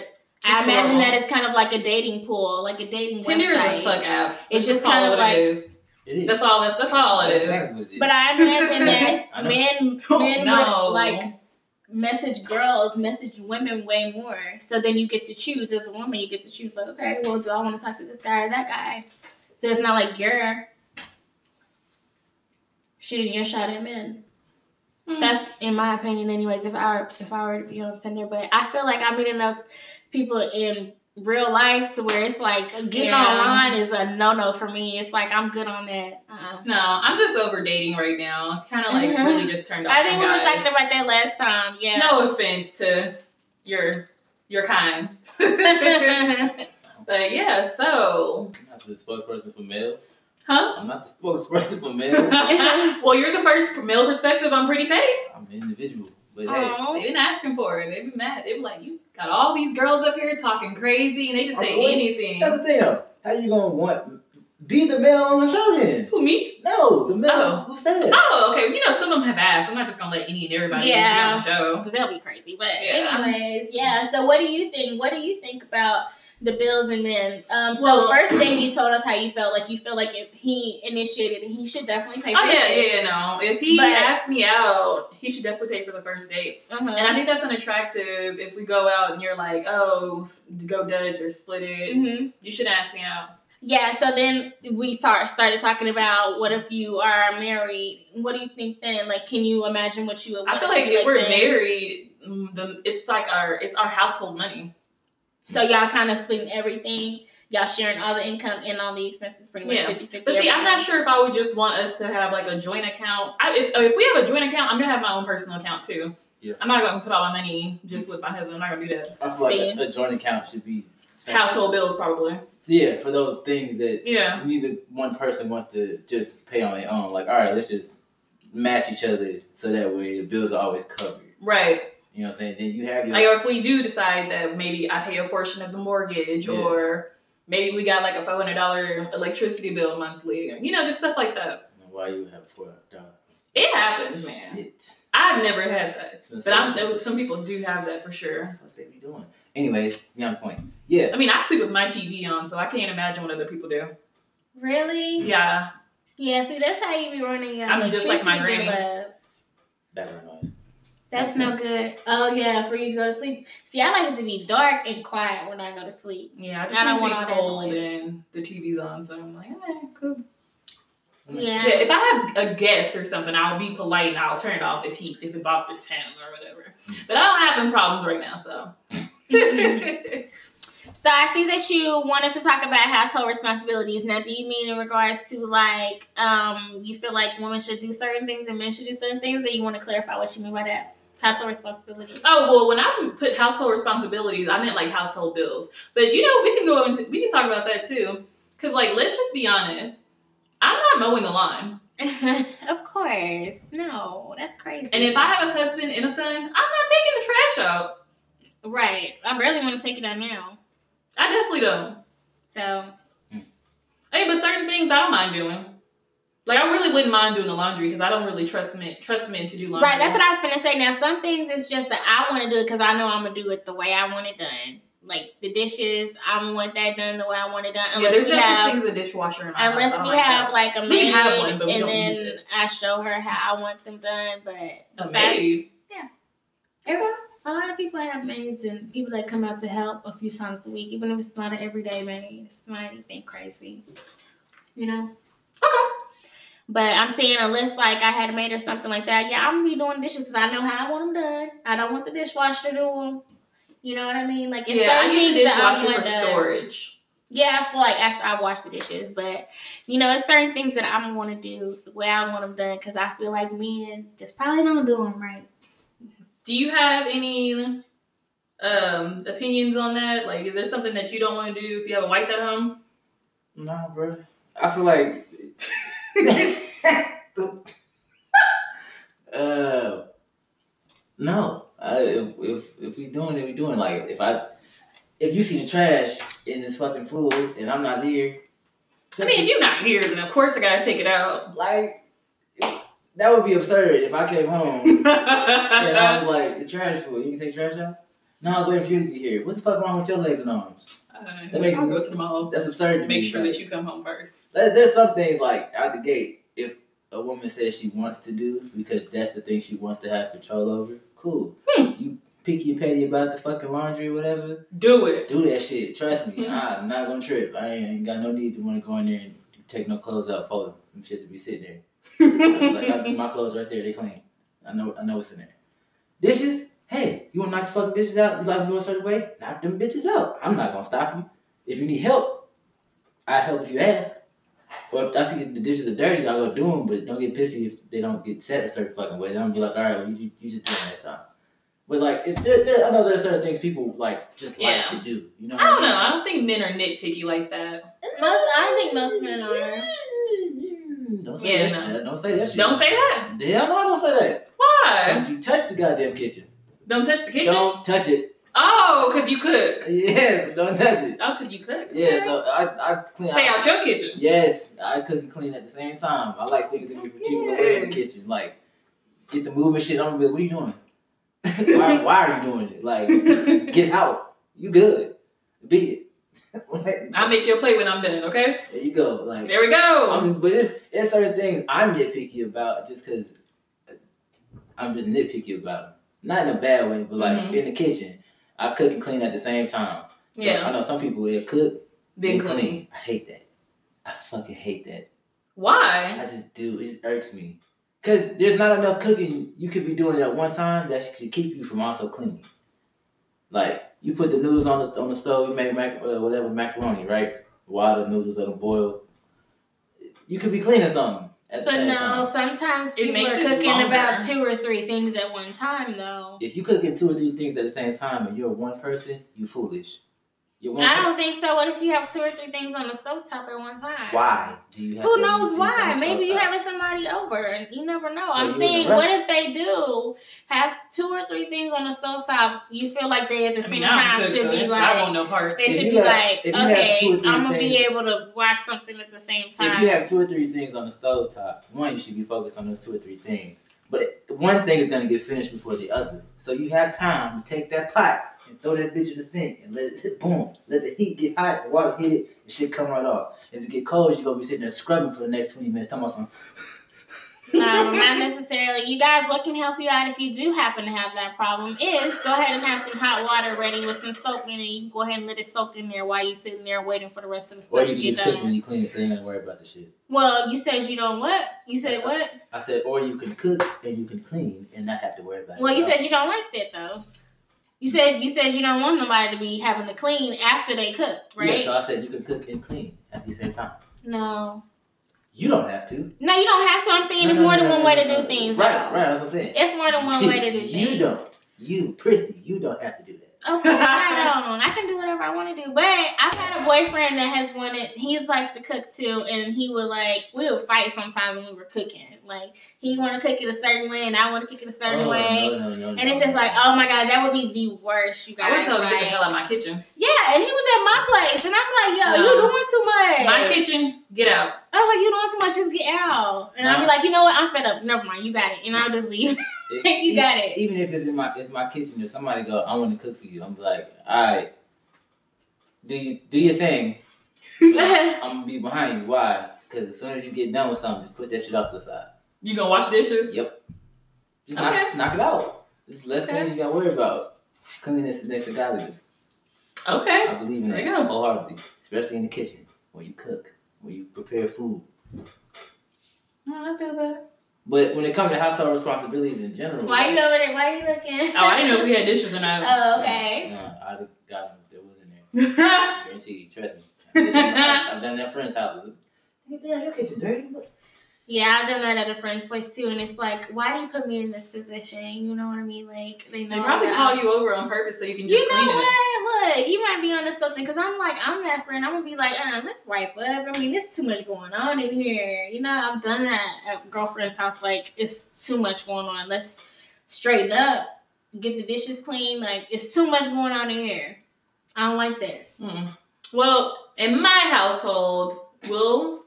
Speaker 2: I
Speaker 1: It's
Speaker 2: imagine
Speaker 1: horrible.
Speaker 2: that it's kind of like a dating pool, like a dating
Speaker 1: Tinder is
Speaker 2: website.
Speaker 1: a fuck app. Let's
Speaker 2: It's just
Speaker 1: call
Speaker 2: kind
Speaker 1: it what
Speaker 2: of like-
Speaker 1: it is.
Speaker 3: It is.
Speaker 1: That's all. That's that's all it
Speaker 3: That's
Speaker 1: is.
Speaker 3: exactly what it is.
Speaker 2: But I imagine that
Speaker 3: I know.
Speaker 2: men men
Speaker 1: No.
Speaker 2: would like message girls, message women way more. So then you get to choose as a woman, you get to choose like, okay, well, do I want to talk to this guy or that guy? So it's not like you're shooting your shot at men.
Speaker 1: Mm.
Speaker 2: That's in my opinion, anyways. If I were, if I were to be on Tinder, but I feel like I meet enough people in real life so where it's like getting
Speaker 1: Yeah.
Speaker 2: online is a no no for me. It's like I'm good on that. Uh-uh.
Speaker 1: no. I'm just over dating right now. It's kind of like
Speaker 2: Mhm.
Speaker 1: really just turned off.
Speaker 2: I think we
Speaker 1: on
Speaker 2: were
Speaker 1: guys.
Speaker 2: talking about that last time. Yeah.
Speaker 1: No offense to your your kind, but yeah. So,
Speaker 3: I'm not the spokesperson for males.
Speaker 1: huh?
Speaker 3: I'm not the spokesperson for males.
Speaker 1: well, you're the first male perspective on Pretty Pay.
Speaker 3: I'm an individual. But hey,
Speaker 1: They've
Speaker 2: Aw.
Speaker 1: been asking for it. They've been mad. They've been like, you got all these girls up here talking crazy, and they just say
Speaker 3: Oh, really? that's
Speaker 1: anything.
Speaker 3: the thing. though. How you gonna want be the male on the show then?
Speaker 1: Who me?
Speaker 3: No, the male.
Speaker 1: Oh.
Speaker 3: Who said that?
Speaker 1: Oh, okay. You know, some of them have asked. I'm not just gonna let any and everybody just
Speaker 2: Yeah.
Speaker 1: be on the show.
Speaker 2: 'Cause They'll be crazy. But
Speaker 1: Yeah.
Speaker 2: anyways, yeah. So what do you think? What do you think about the Bills and men? Um, so
Speaker 1: Well-
Speaker 2: first thing you told us how you felt. Like you feel like if he initiated, it, he should definitely pay.
Speaker 1: Oh
Speaker 2: for
Speaker 1: yeah,
Speaker 2: it.
Speaker 1: yeah, yeah. No, if he
Speaker 2: But-
Speaker 1: asked me out, he should definitely pay for the first date.
Speaker 2: Uh-huh.
Speaker 1: And I think that's unattractive. If we go out and you're like, oh, s- go Dutch or split it,
Speaker 2: Mhm.
Speaker 1: you should ask me out.
Speaker 2: Yeah, so then we start started talking about what if you are married? What do you think then? Like, can you imagine what you would?
Speaker 1: I
Speaker 2: want
Speaker 1: feel
Speaker 2: to
Speaker 1: like
Speaker 2: be
Speaker 1: if we're
Speaker 2: then?
Speaker 1: married, mm, the it's like our it's our household money.
Speaker 2: so y'all kind of splitting everything, y'all sharing all the income and all the expenses, pretty much
Speaker 1: Yeah.
Speaker 2: 50-50
Speaker 1: But see, I'm
Speaker 2: everything.
Speaker 1: not sure if I would just want us to have like a joint account. I, if, oh, if we have a joint account, I'm gonna have my own personal account too.
Speaker 3: Yeah.
Speaker 1: I'm not gonna put all my money just with my husband. I'm not gonna do that.
Speaker 3: I feel like
Speaker 2: See?
Speaker 3: a, a joint account should be
Speaker 1: Household bills probably.
Speaker 3: Yeah, for those things that
Speaker 1: Yeah.
Speaker 3: neither one person wants to just pay on their own. Like, all right, let's just match each other so that way the bills are always covered.
Speaker 1: Right.
Speaker 3: You know what I'm saying? Then you have your
Speaker 1: Like, or if we do decide that maybe I pay a portion of the mortgage,
Speaker 3: Yeah.
Speaker 1: or maybe we got like a five hundred dollar electricity bill monthly, or you know, just stuff like that.
Speaker 3: why you have four dollars.
Speaker 1: It happens, man.
Speaker 3: Shit.
Speaker 1: I've never had that,
Speaker 3: That's
Speaker 1: but
Speaker 3: what-
Speaker 1: I'm, some people do have that for sure.
Speaker 3: What they be doing? Anyways, beyond the point. Yeah,
Speaker 1: I mean, I sleep with my TV on, so I can't imagine what other people do.
Speaker 2: Really?
Speaker 1: Yeah,
Speaker 2: Yeah, see, that's how you be running your
Speaker 1: I'm just like my
Speaker 2: electricity bill up.
Speaker 3: background noise.
Speaker 2: That's no good. Oh, yeah, for you to go to sleep. See, I like it to be dark and quiet when I go to sleep.
Speaker 1: yeah. I just
Speaker 2: I don't
Speaker 1: want
Speaker 2: want
Speaker 1: to
Speaker 2: all
Speaker 1: be cold
Speaker 2: that noise.
Speaker 1: and the TV's on, so I'm like, all right, cool.
Speaker 2: Yeah.
Speaker 1: Yeah, if I have a guest or something, I'll be polite and I'll turn it off if he if it bothers him or whatever. But I don't have them problems right now, so.
Speaker 2: Mhm.
Speaker 1: Mm-hmm.
Speaker 2: So I see that you wanted to talk about household responsibilities. Now, do you mean in regards to like um you feel like women should do certain things and men should do certain things, or you want to clarify what you mean by that? Household responsibilities.
Speaker 1: Oh well, when I put household responsibilities, I meant like household bills. But you know, we can go into we can talk about that too, because like let's just be honest, I'm not mowing the lawn,
Speaker 2: of course. No, that's crazy.
Speaker 1: and if I have a husband and a son, I'm not taking the trash out.
Speaker 2: Right. I barely want to take it out now.
Speaker 1: I definitely don't.
Speaker 2: So
Speaker 1: I mean, but certain things I don't mind doing. Like I really wouldn't mind doing the laundry because I don't really trust men trust men to do laundry.
Speaker 2: right, that's what I was gonna say. Now some things it's just that I want to do it because I know I'm gonna do it the way I want it done. Like the dishes, I want that done the way I want it done.
Speaker 1: yeah,
Speaker 2: Unless
Speaker 1: there's
Speaker 2: we
Speaker 1: no such
Speaker 2: have,
Speaker 1: thing as a dishwasher in my house.
Speaker 2: unless
Speaker 1: I
Speaker 2: we
Speaker 1: don't like that.
Speaker 2: have like a
Speaker 1: We
Speaker 2: maid,
Speaker 1: have one, but we
Speaker 2: and
Speaker 1: don't use
Speaker 2: then I show her how I want them done. But
Speaker 1: A
Speaker 2: besides-
Speaker 1: maid.
Speaker 2: everyone, a lot of people have maids and people that come out to help a few times a week, even if it's not an everyday maid. It's not anything crazy, you know.
Speaker 1: Okay.
Speaker 2: But I'm saying unless like I had a maid or something like that, yeah, I'm gonna be doing dishes because I know how I want them done. I don't want the dishwasher to do them. You know what I mean? Like it's
Speaker 1: Yeah, I
Speaker 2: certain
Speaker 1: use the
Speaker 2: things that I
Speaker 1: dishwasher for
Speaker 2: want done.
Speaker 1: storage.
Speaker 2: Yeah, I feel like after I wash the dishes, but you know, it's certain things that I'm gonna do the way I want them done because I feel like men just probably don't do them right.
Speaker 1: Do you have any um opinions on that? Like, is there something that you don't want to do if you have a wife at home?
Speaker 3: Nah, bro. I feel like. uh, no, I, doing it, we doing. Like if I, if you see the trash in this fucking food and I'm not here,
Speaker 1: I mean, if you're not here, then of course I gotta take it out.
Speaker 3: like that would be absurd if I came home and I was like the trash food. You can take trash out. No, I was waiting for you to be here. What the fuck wrong with your legs and arms?
Speaker 1: Uh,
Speaker 3: That makes
Speaker 1: I'll
Speaker 3: it-
Speaker 1: go to the mall.
Speaker 3: That's absurd. To
Speaker 1: Make
Speaker 3: me,
Speaker 1: sure
Speaker 3: like-
Speaker 1: that you come home first.
Speaker 3: There- There's some things like out the gate. If a woman says she wants to do because that's the thing she wants to have control over, cool. You picky and petty about the fucking laundry, or whatever.
Speaker 1: Do it.
Speaker 3: Do that shit. Trust me,
Speaker 1: Mhm.
Speaker 3: I'm not gonna trip. I ain't, ain't got no need to want to go in there and take no clothes out for them shits to be sitting there. like I, my clothes right there, they clean. I know, I know what's in there. Dishes. Hey, you want to knock the fucking dishes out? You like doing a certain way? Knock them bitches out. I'm not gonna stop you. If you need help, I help if you ask. Or if I see the dishes are dirty, I'll go do them. But don't get pissy if they don't get set a certain fucking way. Then I'm gonna be like, all right, well, you, you, you just do it next time. But like, if there, there, I know there are certain things people like just
Speaker 1: Yeah.
Speaker 3: like to do. You know?
Speaker 1: I don't know. I don't think men are nitpicky like that.
Speaker 2: Most, I think most men are.
Speaker 3: are. Don't say
Speaker 1: Yeah,
Speaker 3: that.
Speaker 1: no.
Speaker 3: shit. Don't say that shit.
Speaker 1: Don't say that.
Speaker 3: Hell no, don't say that.
Speaker 1: Why?
Speaker 3: Don't you touch the goddamn kitchen.
Speaker 1: Don't touch the kitchen.
Speaker 3: Don't touch it.
Speaker 1: Oh, because you cook.
Speaker 3: Yes, don't touch it.
Speaker 1: Oh, because you cook.
Speaker 3: Yeah, so I, I clean.
Speaker 1: Stay
Speaker 3: I-
Speaker 1: out your kitchen.
Speaker 3: Yes, I cook and clean at the same time. I like things to be particular in the
Speaker 1: Yes.
Speaker 3: kitchen. Like, get the moving shit. I'm gonna be like, what are you doing? why, why are you doing it? Like, get out. You good. Beat it. like,
Speaker 1: I'll make your plate when I'm done, okay?
Speaker 3: there you go. Like,
Speaker 1: There we go.
Speaker 3: Um, but it's, it's certain things I'm nitpicky about just because I'm just nitpicky about 'em. Not in a bad way, but like
Speaker 1: Mhm.
Speaker 3: in the kitchen, I cook and clean at the same time. So
Speaker 1: yeah.
Speaker 3: I know some people they cook
Speaker 1: Then
Speaker 3: they
Speaker 1: clean.
Speaker 3: I hate that. I fucking hate that. I
Speaker 1: Why?
Speaker 3: just do. It just irks me. Cause there's not enough cooking you could be doing at one time that should keep you from also cleaning. Like you put the noodles on the on the stove, you make mac, uh, whatever macaroni, right? Water noodles, let them boil. You could be cleaning something at the
Speaker 2: But
Speaker 3: same
Speaker 2: no,
Speaker 3: time.
Speaker 2: sometimes people
Speaker 1: makes
Speaker 2: are
Speaker 1: it
Speaker 2: cooking
Speaker 1: longer.
Speaker 2: about two or three things at one time, though.
Speaker 3: If you cooking two or three things at the same time and you're one person, you foolish. You're one.
Speaker 2: I
Speaker 3: per-
Speaker 2: don't think so. What if you have two or three things on the stovetop at one time?
Speaker 3: Why do you have?
Speaker 2: Who
Speaker 3: that many
Speaker 2: knows
Speaker 3: things
Speaker 2: why?
Speaker 3: on the
Speaker 2: Maybe you
Speaker 3: stovetop?
Speaker 2: having somebody over, and you never know.
Speaker 3: So
Speaker 2: I'm
Speaker 3: you in
Speaker 2: saying,
Speaker 3: a rush.
Speaker 2: what if they do have two or three things on the stovetop? You feel like they at the
Speaker 1: I
Speaker 2: same
Speaker 1: mean, I
Speaker 2: time
Speaker 1: don't cook,
Speaker 2: should
Speaker 1: so
Speaker 2: be
Speaker 1: that's-
Speaker 2: like,
Speaker 1: I want no parts.
Speaker 2: they
Speaker 3: If
Speaker 2: should
Speaker 3: you
Speaker 2: be
Speaker 3: have-
Speaker 2: like,
Speaker 3: if you have two
Speaker 2: okay,
Speaker 3: or three
Speaker 2: I'm gonna be
Speaker 3: things-
Speaker 2: able to watch something at the same
Speaker 3: If
Speaker 2: time.
Speaker 3: you have two or three things on the stove top, one, you should be focused on those two or three things. But one thing is going to get finished before the other. So you have time to take that pot and throw that bitch in the sink and let it hit, boom. Let the heat get hot, the water hit it, and shit come right off. If it get cold, you're going to be sitting there scrubbing for the next 20 minutes. Talking about some,
Speaker 2: um, not necessarily. You guys, what can help you out if you do happen to have that problem is go ahead and have some hot water ready with some soap in it. You can go ahead and let it soak in there while you're sitting there waiting for the rest of the
Speaker 3: or
Speaker 2: stuff
Speaker 3: you
Speaker 2: to
Speaker 3: can
Speaker 2: get
Speaker 3: just cook when
Speaker 2: done.
Speaker 3: you clean so you ain't got to worry about the shit.
Speaker 2: Well, you said you don't what? You said what?
Speaker 3: I said, or you can cook and you can clean and not have to worry about it.
Speaker 2: Well, you
Speaker 3: at
Speaker 2: said you don't like that though. You said you said you don't want nobody to be having to clean after they cooked,
Speaker 3: all. Yeah,
Speaker 2: right?
Speaker 3: so I said you can cook and clean at the same time.
Speaker 2: no,
Speaker 3: You don't have to.
Speaker 2: no, you don't have to. I'm saying
Speaker 3: No,
Speaker 2: it's
Speaker 3: no,
Speaker 2: more
Speaker 3: no,
Speaker 2: than
Speaker 3: no,
Speaker 2: one
Speaker 3: no,
Speaker 2: way to
Speaker 3: no,
Speaker 2: do
Speaker 3: no.
Speaker 2: things.
Speaker 3: Right,
Speaker 2: though.
Speaker 3: right, that's what I'm saying.
Speaker 2: It's more than one way to do things.
Speaker 3: You don't. You, Prissy, you don't have to do that.
Speaker 2: Of course I don't. I can do whatever I want to do. But I've had a boyfriend that has wanted. He's like to cook too, and he would like we would fight sometimes when we were cooking. Like he want to cook it a certain way, and I want to cook it a certain
Speaker 3: Oh,
Speaker 2: way.
Speaker 3: no, no, no,
Speaker 2: And it's
Speaker 3: no.
Speaker 2: just like, oh my god, that would be the worst, you guys.
Speaker 1: I would have told you to get the
Speaker 2: Like,
Speaker 1: hell out of my kitchen.
Speaker 2: Yeah, and he was at my place, and I'm like, yo,
Speaker 1: No.
Speaker 2: you doing too much.
Speaker 1: My kitchen, get out.
Speaker 2: I was like, you doing too much. Just get out. And I'd be
Speaker 3: No.
Speaker 2: like, you know what? I'm fed up. Never mind. You got it. And I'll just leave.
Speaker 3: If-
Speaker 2: you
Speaker 3: e-
Speaker 2: got it.
Speaker 3: Even if it's in my it's my kitchen, if somebody go, I want to cook for you, I'm like, all right, do you do your thing. I'm gonna be behind you. Why? Because as soon as you get done with something, just put that shit off to the side.
Speaker 1: You gonna wash dishes?
Speaker 3: Just, knock,
Speaker 1: Okay.
Speaker 3: just knock it out. There's less
Speaker 1: Okay.
Speaker 3: things you got to worry about. Cleanliness is next to godliness.
Speaker 1: Okay.
Speaker 3: I believe in
Speaker 1: There
Speaker 3: that
Speaker 1: you go.
Speaker 3: wholeheartedly, especially in the kitchen when you cook, when you prepare food.
Speaker 1: No, I feel that.
Speaker 3: But when it comes to household responsibilities in general,
Speaker 2: Why you
Speaker 3: like-
Speaker 2: over there? Why you looking?
Speaker 1: Oh, I didn't know if we had dishes or not.
Speaker 2: Oh, okay.
Speaker 3: No, no, I'd have gotten if it was in there.
Speaker 1: I
Speaker 3: Guaranteed, trust me. I've done that- I've done that friends' houses. Hey, man, your kitchen dirty. What-
Speaker 2: Yeah, I've done that at a friend's place too, and it's like, why do you put me in this position? You know what I mean? Like they know.
Speaker 1: They probably
Speaker 2: that
Speaker 1: call
Speaker 2: I'm-
Speaker 1: you over on purpose so you can
Speaker 2: You
Speaker 1: just
Speaker 2: know
Speaker 1: clean it.
Speaker 2: what? Look, you might be onto something because I'm like, I'm that friend. I'm gonna be like, uh, let's wipe up. I mean, it's too much going on in here. You know, I've done that at girlfriend's house. Like, it's too much going on. Let's straighten up. get the dishes clean. Like it's too much going on in here. I don't like that.
Speaker 1: Mm. Well, in my household, we'll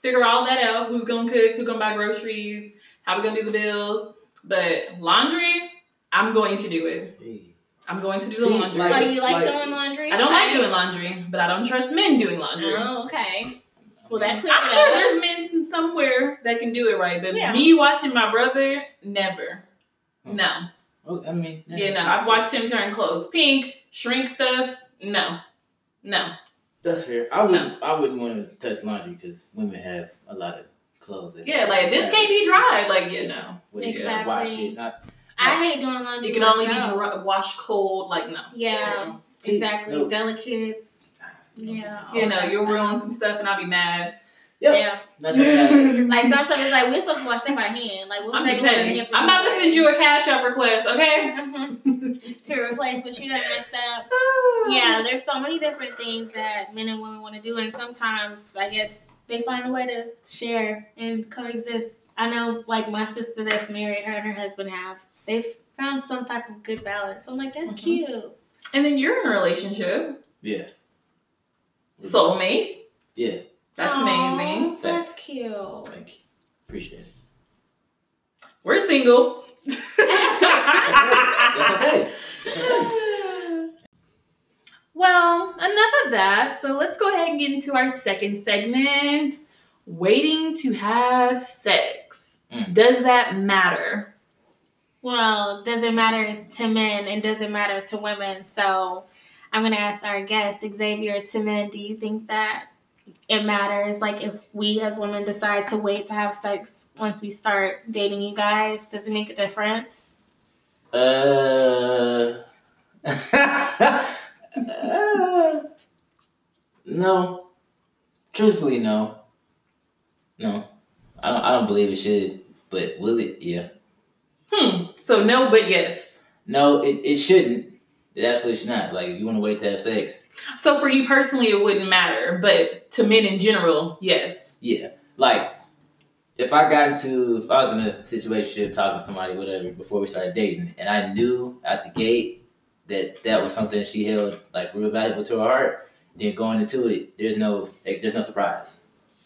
Speaker 1: figure all that out. Who's gonna cook? Who's gonna buy groceries? How we gonna do the bills? But laundry, I'm going to do it. I'm going to do the
Speaker 3: See,
Speaker 1: laundry.
Speaker 2: Oh,
Speaker 3: Like-
Speaker 2: you like,
Speaker 3: like-
Speaker 2: doing laundry?
Speaker 1: I don't like doing laundry, but I don't trust men doing laundry.
Speaker 2: Oh, okay. Well, that clears
Speaker 1: I'm
Speaker 2: it
Speaker 1: sure
Speaker 2: up.
Speaker 1: there's men somewhere that can do it right, but
Speaker 2: Yeah.
Speaker 1: me watching my brother, never. No.
Speaker 3: Oh, I mean,
Speaker 1: Yeah, no. I've watched him turn clothes pink, shrink stuff. No. No.
Speaker 3: That's fair. I wouldn't. I wouldn't want to touch laundry because women have a lot of clothes. that-
Speaker 1: Yeah, like this can't be dry. Like, yeah, no.
Speaker 3: Where you gotta
Speaker 2: Exactly.
Speaker 3: Wash it. Not,
Speaker 2: I hate doing laundry.
Speaker 1: It can only be
Speaker 2: myself.
Speaker 1: dry, washed cold. Like, no.
Speaker 2: Yeah,
Speaker 3: See,
Speaker 2: exactly.
Speaker 3: no. Ah,
Speaker 2: Delicates. Yeah.
Speaker 1: You know, you'll ruin some stuff and I'll be mad.
Speaker 3: Yep. That's
Speaker 2: Yeah.
Speaker 3: what
Speaker 2: Like some stuff is like we're supposed to wash that by hand. Like what was
Speaker 1: I'm
Speaker 2: they
Speaker 1: be
Speaker 2: doing in
Speaker 1: petty.
Speaker 2: here for
Speaker 1: I'm about to send you a cash app request, okay?
Speaker 2: Mhm. to replace what you done messed up.
Speaker 1: Ah.
Speaker 2: Yeah, there's so many different things that men and women want to do, and sometimes I guess they find a way to share and coexist. I know, like my sister that's married, her and her husband have. They've found some type of good balance. I'm like, that's
Speaker 1: Mhm.
Speaker 2: cute.
Speaker 1: And then you're in a relationship,
Speaker 3: Yes.
Speaker 1: soulmate.
Speaker 3: Yeah.
Speaker 1: That's
Speaker 2: Aw,
Speaker 1: amazing.
Speaker 2: That's cute.
Speaker 3: Thank you. Appreciate it.
Speaker 1: We're single.
Speaker 3: That's okay. That's okay.
Speaker 1: Well, enough of that. So let's go ahead and get into our second segment waiting to have sex.
Speaker 3: Mm.
Speaker 1: Does that matter?
Speaker 2: Well, doesn't matter to men and doesn't matter to women. So I'm going to ask our guest, Xavier Timen, do you think that it matters? Like, if we as women decide to wait to have sex once we start dating you guys, does it make a difference?
Speaker 3: Uh, uh, no. Truthfully, no. No, I don't. I don't believe it should. But will it? Yeah.
Speaker 1: Hmm. So no, but yes.
Speaker 3: No, it, it shouldn't. It absolutely should not. Like, if you want to wait to have sex,
Speaker 1: So for you personally, it wouldn't matter, but to men in general, yes.
Speaker 3: yeah. Like, if I got into, if I was in a situation talking to somebody, whatever, before we started dating, and I knew at the gate that that was something she held like real valuable to her heart, then going into it, there's no, like, there's no surprise.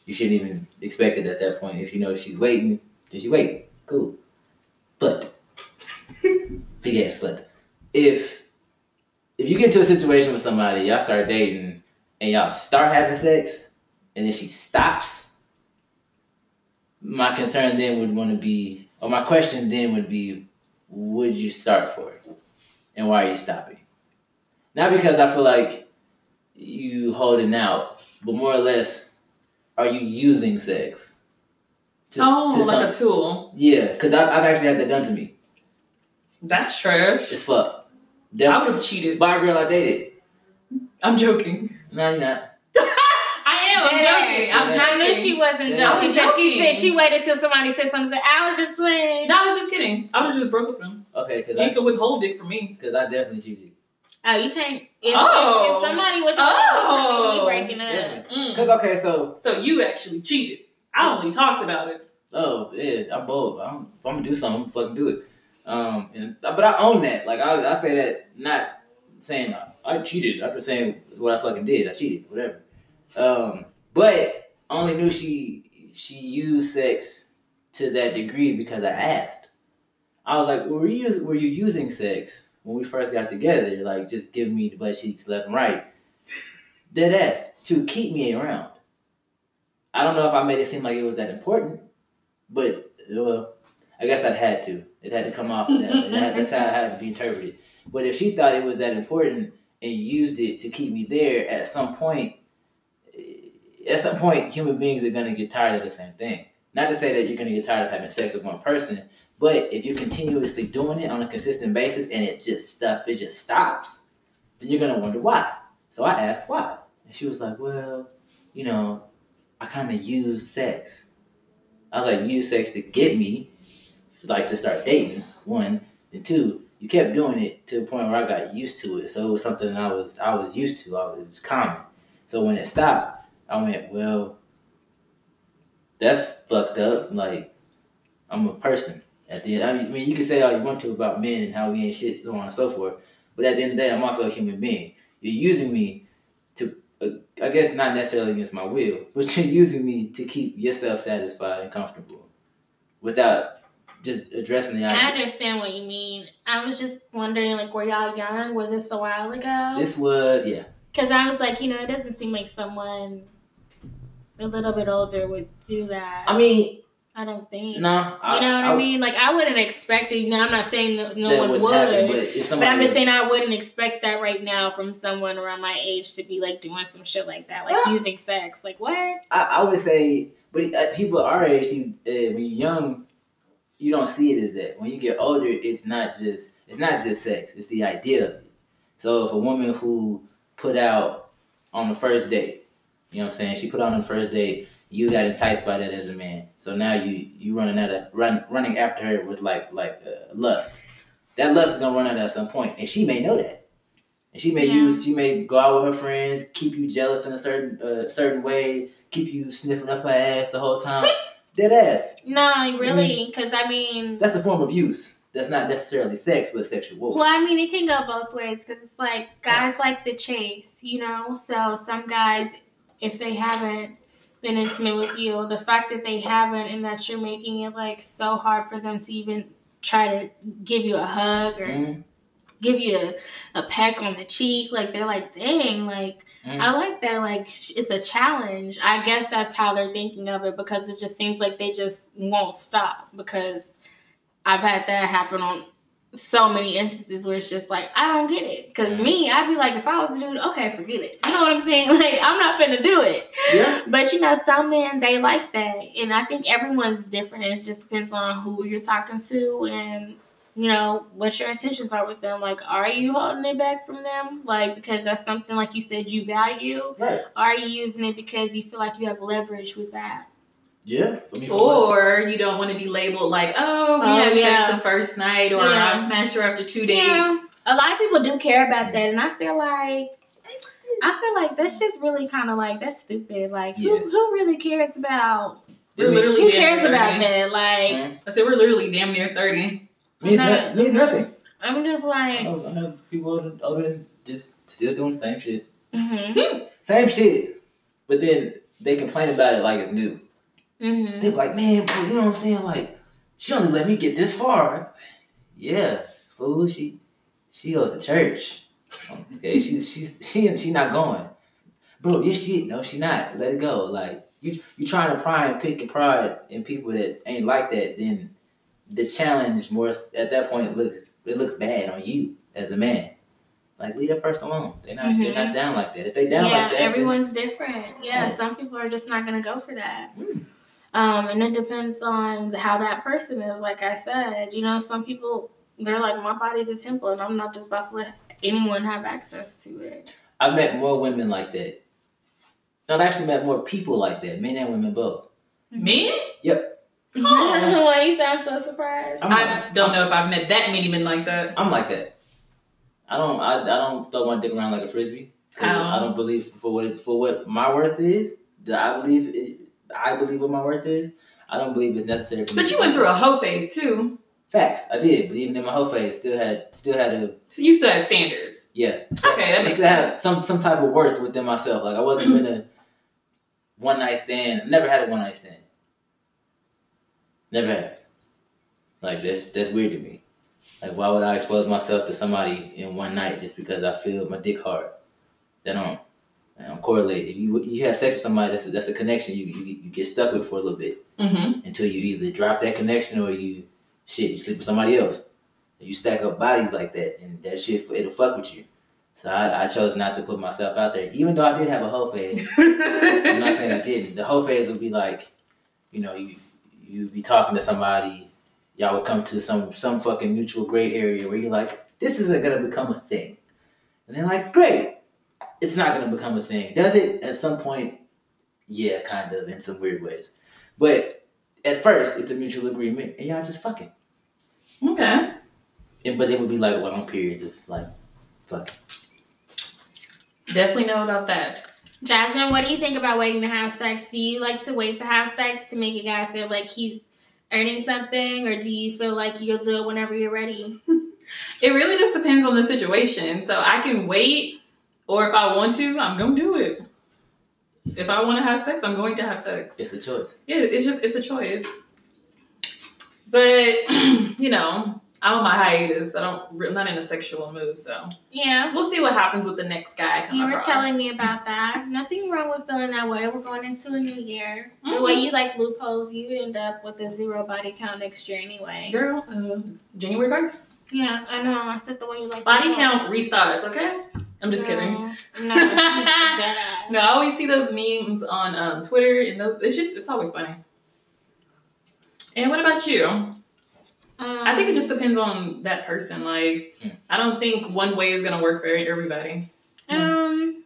Speaker 3: You shouldn't even expect it at that point. If you know she's waiting, then she waiting. Cool. But big ass but if if you get into a situation with somebody, y'all start dating and y'all start having sex and then she stops, my concern then would want to be or my question then would be would you start for it? And why are you stopping? Not because I feel like you holding out, but more or less are you using sex? to-
Speaker 1: oh,
Speaker 3: to
Speaker 1: like
Speaker 3: some-
Speaker 1: a tool.
Speaker 3: yeah, because I've, I've actually had that done to me.
Speaker 1: That's trash.
Speaker 3: It's fuck.
Speaker 1: I
Speaker 3: That,
Speaker 1: would have cheated.
Speaker 3: by a girl I dated.
Speaker 1: I'm joking.
Speaker 3: No, you're not.
Speaker 1: I am. I'm
Speaker 2: Yes.
Speaker 1: joking.
Speaker 2: I
Speaker 1: I'm
Speaker 2: knew
Speaker 1: joking.
Speaker 2: she wasn't
Speaker 3: Yeah.
Speaker 2: joking
Speaker 1: I was
Speaker 2: because she
Speaker 1: joking.
Speaker 2: said she waited till somebody said something. Said, I was just playing.
Speaker 1: No, I was just kidding. I would have just broke up with him.
Speaker 3: Okay, because
Speaker 1: You
Speaker 3: I,
Speaker 1: could withhold dick from me.
Speaker 3: cause I definitely cheated.
Speaker 2: Oh, you can't. If,
Speaker 1: Oh.
Speaker 2: if somebody with a
Speaker 1: Oh.
Speaker 2: you breaking up.
Speaker 3: Yeah.
Speaker 1: Mm.
Speaker 3: Because, okay, so,
Speaker 1: So you actually cheated. I only talked about it.
Speaker 3: oh, yeah, I'm bold. I'm, if I'm going to do something, I'm fucking do it. Um, and, but I own that. Like, I, I say that not saying I, I cheated. I'm just saying what I fucking did. I cheated, whatever. Um, but I only knew she she used sex to that degree because I asked. I was like, were you, us- were you using sex when we first got together? Like, just give me the butt cheeks left and right. Dead ass. To keep me around. I don't know if I made it seem like it was that important, but, uh, well, I guess I'd had to. It had to come off that. It had- that's how it had to be interpreted. But if she thought it was that important and used it to keep me there, at some point, eh, at some point, human beings are going to get tired of the same thing. Not to say that you're going to get tired of having sex with one person, but if you're continuously doing it on a consistent basis and it just stuff, it just stops, then you're gonna wonder why. So I asked why, and she was like, "Well, you know, I kind of used sex." I was like, "Use sex to get me, like to start dating one, and two, you kept doing it to the point where I got used to it. So it was something I was I was used to. I was, it was common. So when it stopped, I went, "Well, that's fucked up. Like, I'm a person." At the end, I mean, you can say all you want to about men and how we ain't shit, so on and so forth. But at the end of the day, I'm also a human being. You're using me to, uh, I guess, not necessarily against my will, but you're using me to keep yourself satisfied and comfortable, without just addressing the
Speaker 2: I
Speaker 3: idea.
Speaker 2: understand what you mean. I was just wondering, like, were y'all young? Was this a while ago?
Speaker 3: This was yeah.
Speaker 2: Because I was like, you know, it doesn't seem like someone a little bit older would do that.
Speaker 3: I mean,
Speaker 2: I don't think.
Speaker 3: no. Nah,
Speaker 2: you know what I, mean? Like, I wouldn't expect it. Now, I'm not saying that no
Speaker 3: that
Speaker 2: one would,
Speaker 3: wouldn't happen, but if
Speaker 2: but,
Speaker 3: somebody
Speaker 2: I'm just
Speaker 3: was-
Speaker 2: saying I wouldn't expect that right now from someone around my age to be like doing some shit like that, like
Speaker 3: Well-
Speaker 2: using sex. Like, what?
Speaker 3: I, I would say, but uh, people our age, you, uh, when you're young, you don't see it as that. When you get older, it's not just it's not just sex. It's the idea of it. So if a woman who put out on the first date, you know what I'm saying, she put out on the first date, you got enticed by that as a man. So now you you running out of run running after her with like like uh, lust. That lust is gonna run out at some point, and she may know that. And she may
Speaker 2: Yeah.
Speaker 3: use she may go out with her friends, keep you jealous in a certain uh, certain way, keep you sniffing up her ass the whole time. Dead ass.
Speaker 2: No, really?
Speaker 3: Mm-hmm.
Speaker 2: Because, I mean,
Speaker 3: That's a form of use. That's not necessarily sex, but sexual.
Speaker 2: Well, I mean, it can go both ways because it's like guys like the chase, you know? So some guys, if they haven't been intimate with you, the fact that they haven't and that you're making it like so hard for them to even try to give you a hug or
Speaker 3: Mm,
Speaker 2: give you a, a peck on the cheek, like they're like, dang, like
Speaker 3: mm.
Speaker 2: I like that. Like sh- it's a challenge. I guess that's how they're thinking of it because it just seems like they just won't stop. Because I've had that happen on so many instances where it's just like I don't get it. Because me, I'd be like, if I was a dude, okay, forget it. You know what I'm saying? Like I'm not finna do it.
Speaker 3: Yeah.
Speaker 2: But you know, some men they like that, and I think everyone's different. It just depends on who you're talking to and you know what your intentions are with them. Like, are you holding it back from them? Like, because that's something like you said you value.
Speaker 3: Right.
Speaker 2: Are you using it because you feel like you have leverage with that?
Speaker 3: Yeah. I mean, for what?
Speaker 1: Or you don't want to be labeled like, oh, we
Speaker 2: Oh,
Speaker 1: had
Speaker 2: yeah.
Speaker 1: sex the first night, or
Speaker 2: Yeah.
Speaker 1: I smashed her after two days.
Speaker 2: Yeah. A lot of people do care about that, and I feel like. I feel like that's just really kind of like that's stupid. Like who
Speaker 3: Yeah.
Speaker 2: who really cares about
Speaker 1: We're
Speaker 3: It means-
Speaker 1: literally
Speaker 2: who
Speaker 1: damn
Speaker 2: cares
Speaker 1: near
Speaker 2: about
Speaker 1: 30.
Speaker 2: that? Like
Speaker 3: Mm.
Speaker 1: I said we're literally damn near thirty.
Speaker 3: means,
Speaker 2: Okay.
Speaker 3: no- means nothing.
Speaker 2: I'm just
Speaker 3: I
Speaker 2: like
Speaker 3: know, I know people older, older just still doing the same shit.
Speaker 2: mhm
Speaker 3: Same shit. But then they complain about it like it's new.
Speaker 2: mhm.
Speaker 3: They're like, man, bro, you know what I'm saying? Like, she only let me get this far. Yeah, fool. She she goes to church. Okay, she she's she she not going. Bro, yes she no she not. Let it go. Like you you trying to pry and pick and pride in people that ain't like that. Then the challenge more s- at that point it looks it looks bad on you as a man. Like leave that person alone. They not they not down like that. If they down
Speaker 2: yeah,
Speaker 3: like that, then-
Speaker 2: everyone's different. Yeah,
Speaker 3: Yeah.
Speaker 2: some people are just not gonna go for that.
Speaker 3: Mm.
Speaker 2: Um, and it depends on how that person is. Like I said, you know, some people they're like, my body's a temple, and I'm not just about to let anyone have access to it.
Speaker 3: I've met more women like that. No, I've actually met more people like that, men and women both.
Speaker 1: Me? Oh.
Speaker 2: Why you sound so surprised?
Speaker 3: I'm
Speaker 1: I
Speaker 3: like,
Speaker 1: don't know if I've met that many men like that.
Speaker 3: I'm like that. I don't. I, I don't throw my dick around like a frisbee. 'Cause
Speaker 1: Oh.
Speaker 3: I don't believe for what it, for what my worth is. That I believe. It, I believe what my worth is. I don't believe it's necessary. For me
Speaker 1: But
Speaker 3: to
Speaker 1: you
Speaker 3: do
Speaker 1: went
Speaker 3: that.
Speaker 1: through a hoe phase too.
Speaker 3: Facts, I did. But even in my whole phase, still had still had a
Speaker 1: So you still had standards.
Speaker 3: yeah.
Speaker 1: Okay, that
Speaker 3: I
Speaker 1: makes
Speaker 3: still had
Speaker 1: sense.
Speaker 3: some some type of worth within myself. Like I wasn't gonna one night stand. Never had a one night stand. Never have. Like that's that's weird to me. Like why would I expose myself to somebody in one night just because I feel my dick hard? That don't that don't correlate. If you you have sex with somebody, that's a, that's a connection you, you you get stuck with for a little bit
Speaker 1: Mm-hmm.
Speaker 3: until you either drop that connection or you shit you sleep with somebody else. You stack up bodies like that, and that shit it'll fuck with you. So I, I chose not to put myself out there, even though I did have a whole phase. I'm not saying I didn't. The whole phase would be like, you know, you you be talking to somebody, y'all would come to some some fucking mutual gray area where you're like, this isn't gonna become a thing, and they're like, great, it's not gonna become a thing, does it? At some point, yeah, kind of in some weird ways, but at first it's a mutual agreement, and y'all just fucking.
Speaker 1: okay.
Speaker 3: And but it would be like long periods of like, fucking.
Speaker 1: Definitely know about that.
Speaker 2: Jasmine, what do you think about waiting to have sex? Do you like to wait to have sex to make a guy feel like he's earning something, or do you feel like you'll do it whenever you're ready?
Speaker 1: It really just depends on the situation. So I can wait, or if I want to, I'm gonna do it. If I want to have sex, I'm going to have sex.
Speaker 3: It's a choice.
Speaker 1: Yeah, it's just it's a choice. But you know, I'm on my hiatus. I don't. I'm not in a sexual mood, so
Speaker 2: Yeah.
Speaker 1: we'll see what happens with the next guy. I come
Speaker 2: You were
Speaker 1: across.
Speaker 2: telling me about that. Nothing wrong with feeling that way. We're going into a new year. The way
Speaker 1: Mhm.
Speaker 2: you like loopholes, you would end up with a zero body count next year anyway.
Speaker 1: girl, uh, January first,
Speaker 2: Yeah, I know. I said the way you like
Speaker 1: body
Speaker 2: loopholes.
Speaker 1: count restarts. Okay, I'm just kidding.
Speaker 2: No, no, she's a dead ass.
Speaker 1: No, I always see those memes on um, Twitter, and those, it's just it's always funny. And what about you? I think it just depends on that person. Like,
Speaker 3: Hmm.
Speaker 1: I don't think one way is gonna work for everybody.
Speaker 2: Um,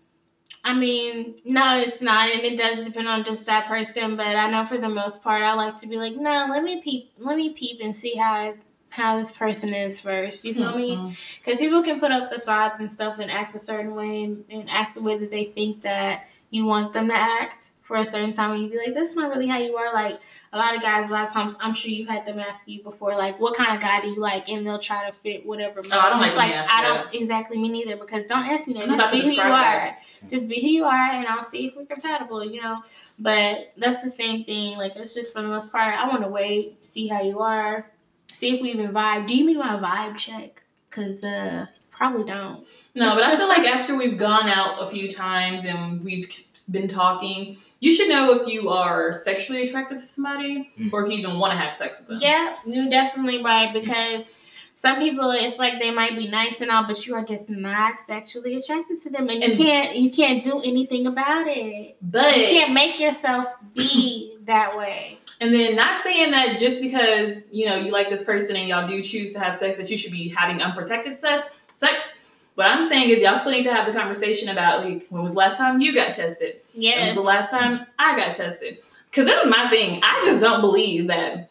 Speaker 2: I mean, no, it's not, and it does depend on just that person. But I know for the most part, I like to be like, no, let me peep, let me peep and see how how this person is first. You feel me?
Speaker 1: Mm-mm.
Speaker 2: Because people can put up facades and stuff and act a certain way and, and act the way that they think that you want them to act for a certain time, and you'd be like, that's not really how you are. Like a lot of guys, a lot of times, I'm sure you've had them ask you before, like, what kind of guy do you like, and they'll try to fit whatever.
Speaker 1: Oh, I don't like
Speaker 2: mold. It's
Speaker 1: when they ask
Speaker 2: I
Speaker 1: me
Speaker 2: don't exactly me neither because don't ask me that.
Speaker 1: I'm
Speaker 2: Just
Speaker 1: about to
Speaker 2: be who you are.
Speaker 1: describe that.
Speaker 2: Just be who you are, and I'll see if we're compatible. You know. But that's the same thing. Like it's just for the most part, I want to wait, see how you are, see if we even vibe. Do you mean my vibe check? Cause uh, probably don't.
Speaker 1: No, but I feel like after we've gone out a few times and we've been talking, you should know if you are sexually attracted to somebody
Speaker 3: Hmm.
Speaker 1: or if you even want to have sex with them.
Speaker 2: Yeah, you're definitely right because some people it's like they might be nice and all, but you are just not sexually attracted to them, and you
Speaker 1: And-
Speaker 2: can't you can't do anything about it.
Speaker 1: But
Speaker 2: you can't make yourself be that way.
Speaker 1: And then not saying that just because, you know, you like this person and y'all do choose to have sex that you should be having unprotected sex sex. What I'm saying is y'all still need to have the conversation about like when was the last time you got tested? When was
Speaker 2: Yes.
Speaker 1: the last time I got tested? Cause this is my thing. I just don't believe that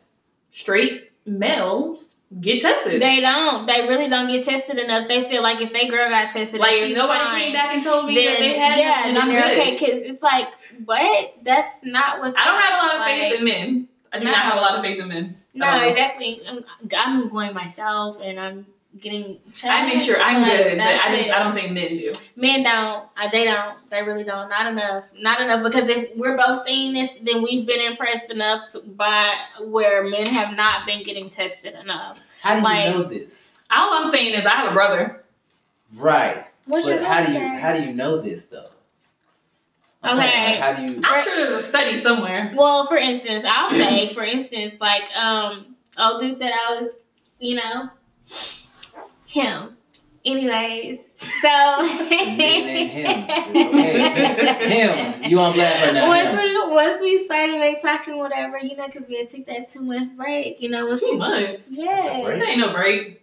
Speaker 1: straight males get tested.
Speaker 2: They don't. They really don't get tested enough. They feel like if they girl got tested,
Speaker 1: like
Speaker 2: she's
Speaker 1: if nobody
Speaker 2: fine,
Speaker 1: came back and told me
Speaker 2: then,
Speaker 1: that they had
Speaker 2: yeah,
Speaker 1: it, then
Speaker 2: then
Speaker 1: I'm
Speaker 2: they're
Speaker 1: good.
Speaker 2: okay. Because it's like, what? That's not what's.
Speaker 1: I don't have a lot of
Speaker 2: like,
Speaker 1: faith in men. I do
Speaker 2: No.
Speaker 1: not have a lot of faith in men.
Speaker 2: No,
Speaker 1: I don't know.
Speaker 2: exactly. I'm, I'm going myself, and I'm getting. Checked.
Speaker 1: I make sure I'm
Speaker 2: Like,
Speaker 1: good, but
Speaker 2: that's
Speaker 1: I just
Speaker 2: it.
Speaker 1: I don't think men do.
Speaker 2: Men don't. Uh, They don't. They really don't. Not enough. Not enough. Because if we're both seeing this, then we've been impressed enough to, by where men have not been getting tested enough.
Speaker 3: How do you
Speaker 2: Like-
Speaker 3: know this?
Speaker 1: All I'm saying is I have a brother.
Speaker 3: Right.
Speaker 2: What's
Speaker 3: But
Speaker 2: your
Speaker 3: how do you
Speaker 2: answer?
Speaker 3: how do you know this though? I'm
Speaker 2: Okay.
Speaker 3: saying, like, how do you?
Speaker 1: I'm sure there's a study somewhere.
Speaker 2: Well, for instance, I'll say, for instance, like, um, oh, dude, that I was, you know, him. Anyways, so
Speaker 3: Name him. Okay. him. You on blast right now?
Speaker 2: Once
Speaker 3: him.
Speaker 2: we once we started like talking, whatever, you know, because we had took that two month break, you know, once
Speaker 1: Two
Speaker 2: we-
Speaker 1: months.
Speaker 3: That's a
Speaker 2: Yeah.
Speaker 3: break.
Speaker 1: That ain't no break.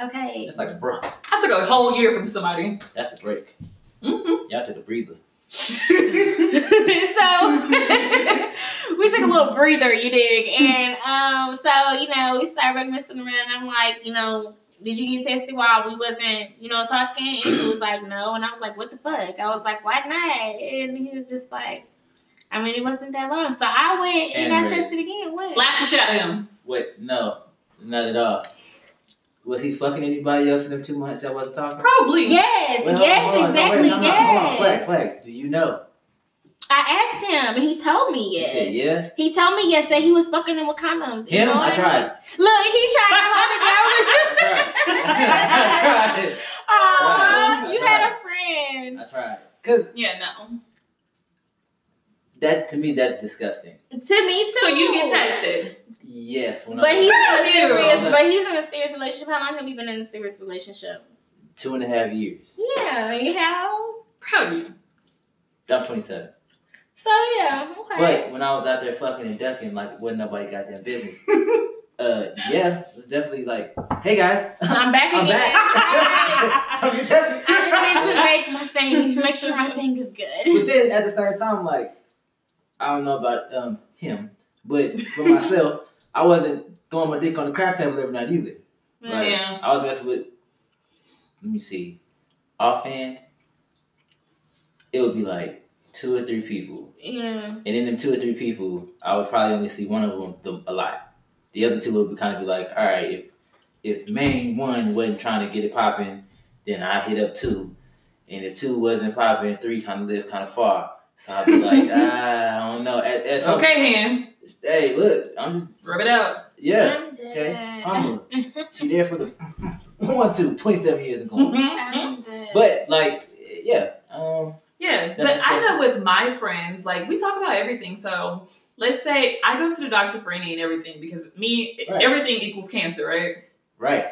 Speaker 2: Okay.
Speaker 3: That's like a bro.
Speaker 1: I took a whole year from somebody.
Speaker 3: That's a break.
Speaker 1: Mm-hmm.
Speaker 3: Y'all took a breather.
Speaker 2: so we took a little breather, you dig? And um, so you know, we started messing around. I'm like, you know, did you get tested while we wasn't, you know, talking? And he was like, no. And I was like, what the fuck? I was like, why not? And he was just like, I mean, it wasn't that long. So I went and,
Speaker 3: And
Speaker 2: got
Speaker 3: raised.
Speaker 2: tested again. What?
Speaker 1: Slap the shit out of him.
Speaker 3: Wait, no, not at all. Was he fucking anybody else in them two months y'all wasn't talking?
Speaker 1: Probably.
Speaker 2: Yes,
Speaker 3: Wait, hold on,
Speaker 2: yes,
Speaker 3: hold on, no,
Speaker 2: exactly.
Speaker 3: wait, time out, Hold on, flag,
Speaker 2: yes.
Speaker 3: flag. Do you know?
Speaker 2: I asked him and he told me
Speaker 3: You
Speaker 2: yes.
Speaker 3: said yeah.
Speaker 2: He told me yes that he was fucking him with condoms.
Speaker 3: Him? I tried.
Speaker 2: Look, he tried to hold it down.
Speaker 3: I tried. I tried.
Speaker 2: Aw,
Speaker 3: Right.
Speaker 2: you had a friend.
Speaker 3: I tried. Cause
Speaker 1: Yeah, no.
Speaker 3: that's to me, that's disgusting.
Speaker 2: To me too.
Speaker 1: So you get tested.
Speaker 3: Yes. When
Speaker 2: But
Speaker 3: I
Speaker 2: he's
Speaker 3: was
Speaker 2: in a
Speaker 1: Ew.
Speaker 2: serious. But he's in a serious relationship. How long have you been in a serious relationship?
Speaker 3: two and a half years.
Speaker 2: Yeah, you have.
Speaker 1: Proud of you.
Speaker 3: I'm 27.
Speaker 2: So yeah, okay.
Speaker 3: But when I was out there fucking and ducking, like wasn't nobody goddamn business. uh, yeah, it's definitely like, hey guys,
Speaker 2: I'm back
Speaker 3: I'm
Speaker 2: again.
Speaker 3: back. Don't get tested.
Speaker 2: I just need to make my thing, make sure my thing is
Speaker 3: But
Speaker 2: good.
Speaker 3: then at the same time, like I don't know about um him, but for myself, I wasn't throwing my dick on the crab table every night either. Like,
Speaker 1: Yeah.
Speaker 3: I was messing with. Let me see. Offhand, it would be like two or three people,
Speaker 2: Yeah.
Speaker 3: and in them two or three people, I would probably only see one of them the, a lot. The other two would kind of be like, all right, if if main one wasn't trying to get it popping, then I hit up two, and if two wasn't popping, three kind of lived kind of far. So I'd be like, ah, I don't know. At, at some,
Speaker 1: Okay, hen.
Speaker 3: Hey, look, I'm just
Speaker 1: Rub it out.
Speaker 3: Yeah.
Speaker 2: I'm dead.
Speaker 3: Okay. Pamela. She there for the one, two, 27 years ago.
Speaker 1: Mhm.
Speaker 2: I'm dead.
Speaker 3: Um, But like, yeah. Um,
Speaker 1: Yeah, but
Speaker 3: That's
Speaker 1: I
Speaker 3: disgusting.
Speaker 1: know with my friends, like we talk about everything. So let's say I go to the doctor for any and everything because me,
Speaker 3: Right.
Speaker 1: everything equals cancer, right?
Speaker 3: right.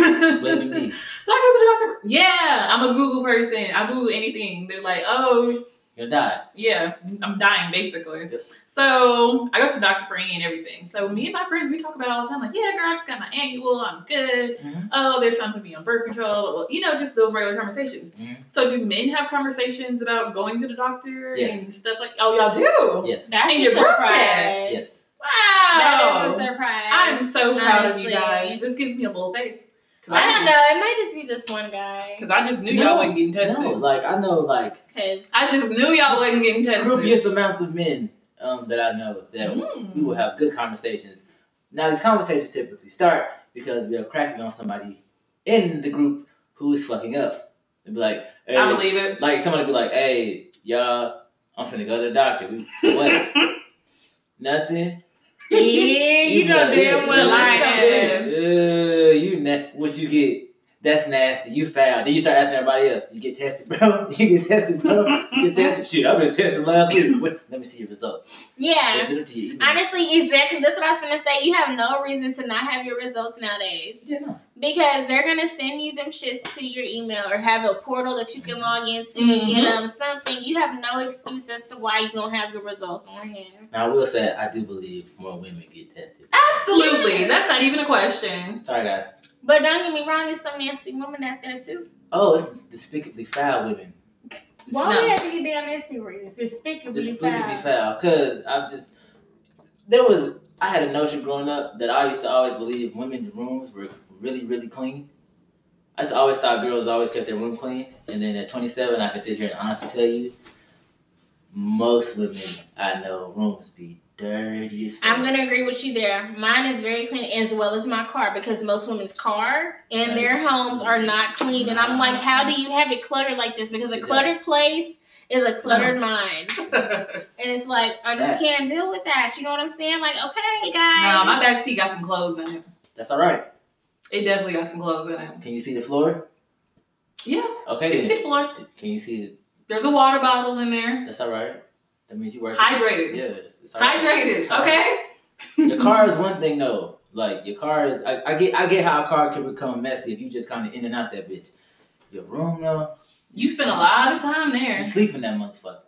Speaker 3: Let
Speaker 1: so
Speaker 3: me be.
Speaker 1: I go to the doctor. Yeah, I'm a Google person. I Google anything. They're like, oh,
Speaker 3: You'll die.
Speaker 1: yeah, I'm dying basically.
Speaker 3: Yep.
Speaker 1: So I go to the doctor for any and everything. So me and my friends, we talk about it all the time. Like, yeah, girl, I just got my annual. I'm good.
Speaker 3: Mhm.
Speaker 1: Oh, they're trying to put me on birth control. blah, blah, blah. You know, just those regular conversations.
Speaker 3: Mhm.
Speaker 1: So do men have conversations about going to the doctor
Speaker 3: Yes.
Speaker 1: and stuff like? Oh, y'all do.
Speaker 3: Yes.
Speaker 2: That's
Speaker 1: in
Speaker 2: a
Speaker 1: your group
Speaker 2: surprise.
Speaker 1: chat.
Speaker 3: Yes.
Speaker 1: Wow.
Speaker 2: That is a surprise.
Speaker 1: I'm so proud of you
Speaker 2: honestly.
Speaker 1: guys. This gives me a little faith. Cause
Speaker 2: I don't
Speaker 1: I,
Speaker 2: know. It might just be this one guy.
Speaker 1: because I just knew
Speaker 3: No,
Speaker 1: y'all wasn't getting tested.
Speaker 3: No, like I know like
Speaker 2: Because
Speaker 1: I just knew y'all wasn't getting tested.
Speaker 3: scrupulous amounts of men um, that I know that we
Speaker 1: Mm.
Speaker 3: will have good conversations. Now these conversations typically start because we are cracking on somebody in the group who is fucking up. They'd be like, hey,
Speaker 1: I believe it.
Speaker 3: Like somebody be like, "Hey, y'all, I'm finna go to the doctor. We what? Nothing.
Speaker 2: yeah, you know damn well
Speaker 1: July
Speaker 2: I know.
Speaker 1: ass.
Speaker 3: Uh, you na- what you get? That's nasty. You foul. Then you start asking everybody else. You get tested, bro. You get tested, bro. You get tested. Shit, I've been tested last week. What? Let me see your results. They
Speaker 2: Yeah.
Speaker 3: send it to you.
Speaker 2: Honestly, exactly. That's what I was gonna say. You have no reason to not have your results nowadays.
Speaker 3: Yeah, no.
Speaker 2: Because they're gonna send you them shits to your email or have a portal that you can log into and get um something. You have no excuse as to why you don't have your results on hand.
Speaker 3: Now I will say I do believe more women get tested.
Speaker 1: Absolutely.
Speaker 2: Yeah.
Speaker 1: That's not even a question.
Speaker 3: Sorry guys.
Speaker 2: But don't get me wrong, there's some nasty women out there too.
Speaker 3: Oh, it's despicably foul women.
Speaker 2: Why
Speaker 1: No.
Speaker 2: we have to get down there serious? It's despicably
Speaker 3: just look at me
Speaker 2: foul.
Speaker 3: foul because I've just there was I had a notion growing up that I used to always believe women's rooms were really really clean. I just always thought girls always kept their room clean, and then at 27, I can sit here and honestly tell you, most women I know rooms be dirty as fuck.
Speaker 2: I'm gonna agree with you there. Mine is very clean as well as my car because most women's car and their homes are not clean. And I'm like, how do you have it cluttered like this? Because a cluttered place is a cluttered mind.
Speaker 1: no,
Speaker 2: And it's like, I
Speaker 3: Facts.
Speaker 2: just can't deal with that. You know what I'm saying? Like, okay,
Speaker 1: my
Speaker 2: guys.
Speaker 1: back seat got some clothes in it.
Speaker 3: That's all right.
Speaker 1: It definitely got some clothes in it.
Speaker 3: Can you see the floor?
Speaker 1: Yeah. You
Speaker 3: Okay.
Speaker 1: can see
Speaker 3: Then.
Speaker 1: the floor.
Speaker 3: Can you see? The,
Speaker 1: There's a water bottle in there.
Speaker 3: that's all right. That means you work.
Speaker 1: Hydrated.
Speaker 3: Yeah. It's, it's all right.
Speaker 1: Hydrated.
Speaker 3: It's all right.
Speaker 1: Okay.
Speaker 3: Your car is one thing though. Like your car is, I, I get, I get how a car can become messy if you just kind of in and out that bitch. Your room though,
Speaker 1: You spend a lot of time there.
Speaker 3: you sleep in that motherfucker.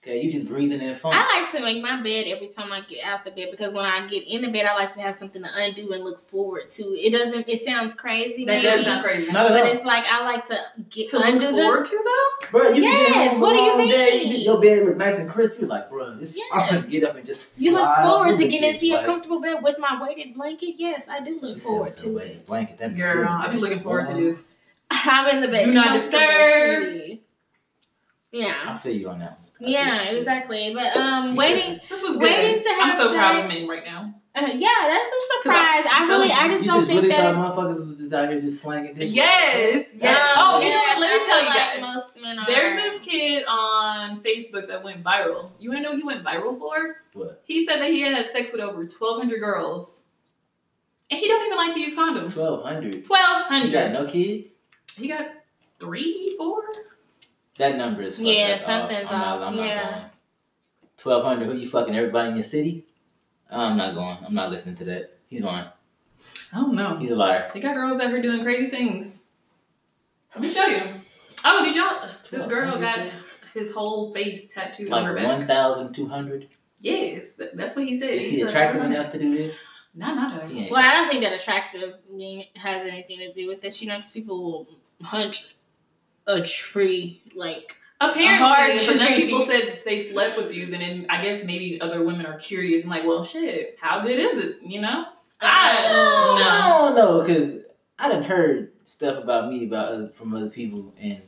Speaker 3: Okay, you just breathing in funk.
Speaker 2: I like to make my bed every time I get out the bed because when I get in the bed, I like to have something to undo and look forward to. It doesn't. It sounds crazy,
Speaker 1: That
Speaker 2: maybe,
Speaker 1: does sound crazy.
Speaker 3: Not
Speaker 2: but
Speaker 3: at all,
Speaker 2: it's like I like to get
Speaker 1: To look
Speaker 2: undo the
Speaker 1: forward to though?
Speaker 3: bro. You can get
Speaker 2: Yes,
Speaker 3: home
Speaker 2: what do you
Speaker 3: long Day,
Speaker 2: mean?
Speaker 3: you- your bed look nice and crisp. You're like, bro, this, I'm
Speaker 2: Yes.
Speaker 3: gonna get up and just.
Speaker 2: You look
Speaker 3: slide off
Speaker 2: forward to
Speaker 3: this
Speaker 2: getting
Speaker 3: bitch,
Speaker 2: into your
Speaker 3: like-
Speaker 2: comfortable bed with my weighted blanket. Yes, I do
Speaker 3: She
Speaker 2: look
Speaker 3: said
Speaker 2: forward
Speaker 3: with her
Speaker 2: to
Speaker 3: weighted
Speaker 2: it.
Speaker 3: Blanket, that'd be
Speaker 1: Girl,
Speaker 3: cute,
Speaker 1: I've been
Speaker 3: man.
Speaker 1: looking forward to
Speaker 3: Warm.
Speaker 1: just
Speaker 2: I'm in the bed.
Speaker 1: Do not
Speaker 2: comfortable,
Speaker 1: disturb.
Speaker 2: sweetie. Yeah,
Speaker 3: I feel you on that. one. I
Speaker 2: yeah,
Speaker 3: feel you.
Speaker 2: exactly. But um,
Speaker 3: You
Speaker 2: waiting.
Speaker 3: should.
Speaker 1: this was good.
Speaker 2: Waiting to
Speaker 1: I'm
Speaker 2: have
Speaker 1: so proud of
Speaker 2: sex.
Speaker 1: men right now.
Speaker 2: Uh, yeah, that's a
Speaker 1: 'Cause
Speaker 2: surprise. I really, I
Speaker 1: telling
Speaker 2: just
Speaker 3: You
Speaker 2: don't
Speaker 3: just
Speaker 2: think
Speaker 3: really
Speaker 2: that um,
Speaker 3: thought
Speaker 2: is.
Speaker 3: motherfuckers was just out here just slanging dick.
Speaker 1: Yes, yes.
Speaker 3: That's-
Speaker 1: Oh, you know what? Let me
Speaker 2: I
Speaker 1: tell you
Speaker 2: feel
Speaker 1: guys.
Speaker 2: like Most men are.
Speaker 1: There's this kid on Facebook that went viral. You wanna know what he went viral for?
Speaker 3: What?
Speaker 1: He said that he had had sex with over 1,200 girls, and he don't even like to use condoms.
Speaker 3: Twelve hundred. You got
Speaker 1: 1,200.
Speaker 3: no kids.
Speaker 1: He got three, four.
Speaker 3: That number is fucked.
Speaker 2: Yeah,
Speaker 3: That's off.
Speaker 2: something's
Speaker 3: I'm
Speaker 2: off,
Speaker 3: Not, I'm
Speaker 2: yeah.
Speaker 3: not going. Twelve hundred. Who you fucking? Everybody in your city? I'm not going. I'm not listening to that. He's lying.
Speaker 1: I don't know.
Speaker 3: He's a liar.
Speaker 1: They got girls out here doing crazy things. Let me show you. Oh, did y'all? This girl got his whole face tattooed on her
Speaker 3: like
Speaker 1: back.
Speaker 3: one thousand two hundred.
Speaker 1: Yes, that, that's what he said.
Speaker 3: Is he
Speaker 1: said,
Speaker 3: attractive
Speaker 1: "I'm not-
Speaker 3: enough to do this?
Speaker 1: Not my type.
Speaker 3: Yeah.
Speaker 2: Well, I don't think that attractive mean has anything to do with this. You know, 'cause people will hunch a tree like.
Speaker 1: Apparently, if
Speaker 2: Hard
Speaker 1: enough
Speaker 2: training.
Speaker 1: people said they slept with you, then it, I guess maybe other women are curious and like, well, shit, how good is it? You know? I
Speaker 3: I don't know because I done heard stuff about me about other, from other people and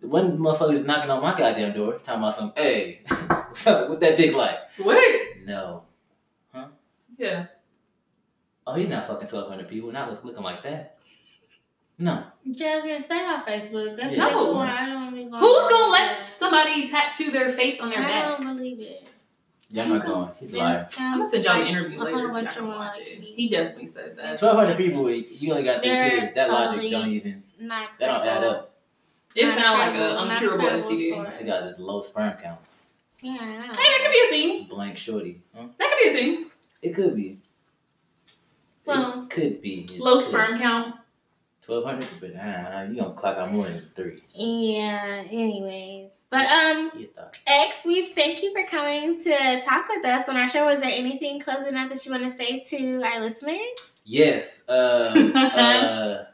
Speaker 3: one motherfucker's knocking on my goddamn door talking about some hey what's up what that dick like
Speaker 1: no. What?
Speaker 3: no
Speaker 1: Yeah.
Speaker 3: Oh, he's not fucking twelve hundred people. Not look, looking like that. No.
Speaker 2: Jasmine, stay off Facebook. That's
Speaker 3: Yeah.
Speaker 1: No.
Speaker 2: no. I don't even go
Speaker 1: Who's
Speaker 2: on
Speaker 1: gonna let
Speaker 2: Facebook.
Speaker 1: somebody tattoo their face on their
Speaker 2: I
Speaker 1: back?
Speaker 2: don't believe it.
Speaker 3: Y'all
Speaker 1: He's
Speaker 3: not going. He's lying.
Speaker 1: I'm gonna send y'all the interview
Speaker 2: Uh-huh,
Speaker 1: later so
Speaker 2: what
Speaker 1: y'all can
Speaker 2: you
Speaker 1: watch
Speaker 2: like.
Speaker 1: it. He definitely said that.
Speaker 3: Twelve hundred people. You only got three
Speaker 2: They're
Speaker 3: kids. That logic
Speaker 2: totally-
Speaker 3: don't even.
Speaker 2: Not
Speaker 3: That don't add up.
Speaker 1: It
Speaker 2: Not
Speaker 1: sounds like a
Speaker 2: credible, not
Speaker 1: uncurable
Speaker 2: credible
Speaker 1: STD.
Speaker 2: source.
Speaker 1: Hey,
Speaker 3: She got this low sperm count.
Speaker 2: Yeah.
Speaker 1: that could be a thing.
Speaker 3: Blank shorty. Huh?
Speaker 1: That could be a thing.
Speaker 3: It could be.
Speaker 2: Well,
Speaker 3: it could be. It
Speaker 1: Low
Speaker 3: could.
Speaker 1: sperm count.
Speaker 3: Twelve hundred, but nah, you gonna clock out more than three.
Speaker 2: Yeah. Anyways, but um,
Speaker 3: You thought.
Speaker 2: X, we thank you for coming to talk with us on our show. Is there anything closing out that you want to say to our listeners?
Speaker 3: Yes. Uh, uh,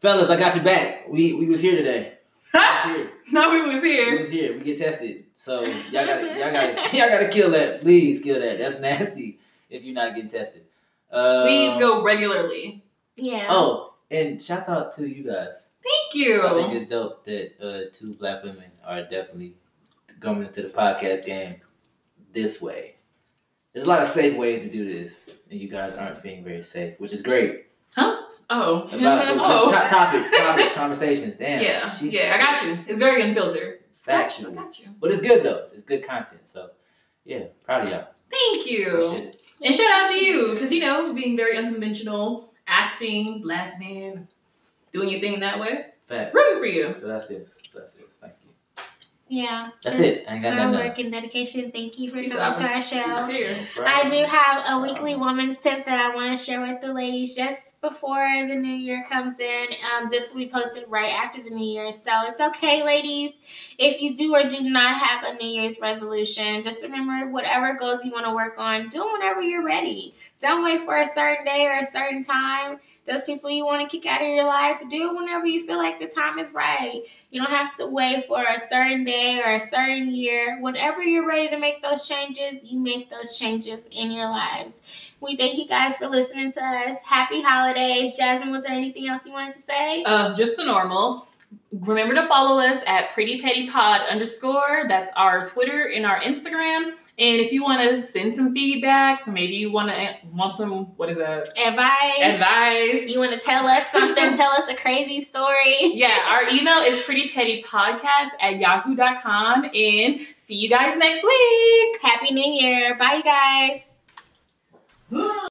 Speaker 3: fellas, I got you back. We we was here today. We was here.
Speaker 1: no, we was
Speaker 3: We
Speaker 1: Ah, here.
Speaker 3: was here. We get tested. So y'all got to y'all got to y'all got to kill that. Please kill that. That's nasty. If you're not getting tested, uh,
Speaker 1: Please go regularly.
Speaker 2: Yeah.
Speaker 3: Oh, and shout out to you guys.
Speaker 1: Thank
Speaker 3: I think
Speaker 1: you.
Speaker 3: it's dope that uh, two black women are definitely going into the podcast game this way. There's a lot of safe ways to do this, and you guys aren't being very safe, which is great.
Speaker 1: Oh.
Speaker 3: About the- the
Speaker 1: Oh.
Speaker 3: to- topics, topics, conversations. Damn.
Speaker 1: Yeah.
Speaker 3: she's
Speaker 1: Yeah, I got you. It's very unfiltered. I
Speaker 3: Factual,
Speaker 1: got you.
Speaker 3: but it's good though. It's good content. So, yeah, proud of y'all.
Speaker 1: Thank you.
Speaker 3: Shit.
Speaker 1: And shout out to you, because you know, being very unconventional, acting, black man, doing your thing that way.
Speaker 3: Fact.
Speaker 1: Rooting for you.
Speaker 3: So that's it. That's it. Thank you.
Speaker 2: Yeah.
Speaker 3: That's
Speaker 2: Just
Speaker 3: it. I ain't got
Speaker 2: Hard
Speaker 3: nothing
Speaker 2: work
Speaker 3: else.
Speaker 2: and dedication. Thank you for
Speaker 1: He
Speaker 2: coming
Speaker 1: said
Speaker 2: to
Speaker 1: I
Speaker 2: our show.
Speaker 1: It's here.
Speaker 3: No
Speaker 2: I do
Speaker 3: problem.
Speaker 2: have a weekly woman's tip that I want to share with the ladies just before the new year comes in. Um, this will be posted right after the new year. So it's okay, ladies. If you do or do not have a new year's resolution, just remember whatever goals you want to work on, do them whenever you're ready. Don't wait for a certain day or a certain time. Those people you want to kick out of your life, do it whenever you feel like the time is right. You don't have to wait for a certain day or a certain year. Whenever you're ready to make those changes, you make those changes in your lives. We thank you guys for listening to us. Happy holidays. Jasmine, was there anything else you wanted to say?
Speaker 1: Uh, just the normal. Remember to follow us at Pretty Petty Pod underscore. That's our Twitter and our Instagram. And if you want to send some feedback, so maybe you want to want some what is that
Speaker 2: Advice?
Speaker 1: advice?
Speaker 2: You want to tell us something? tell us a crazy story.
Speaker 1: Yeah, our email is prettypettypodcast at yahoo.com. And see you guys next week.
Speaker 2: Happy New Year. Bye, you guys.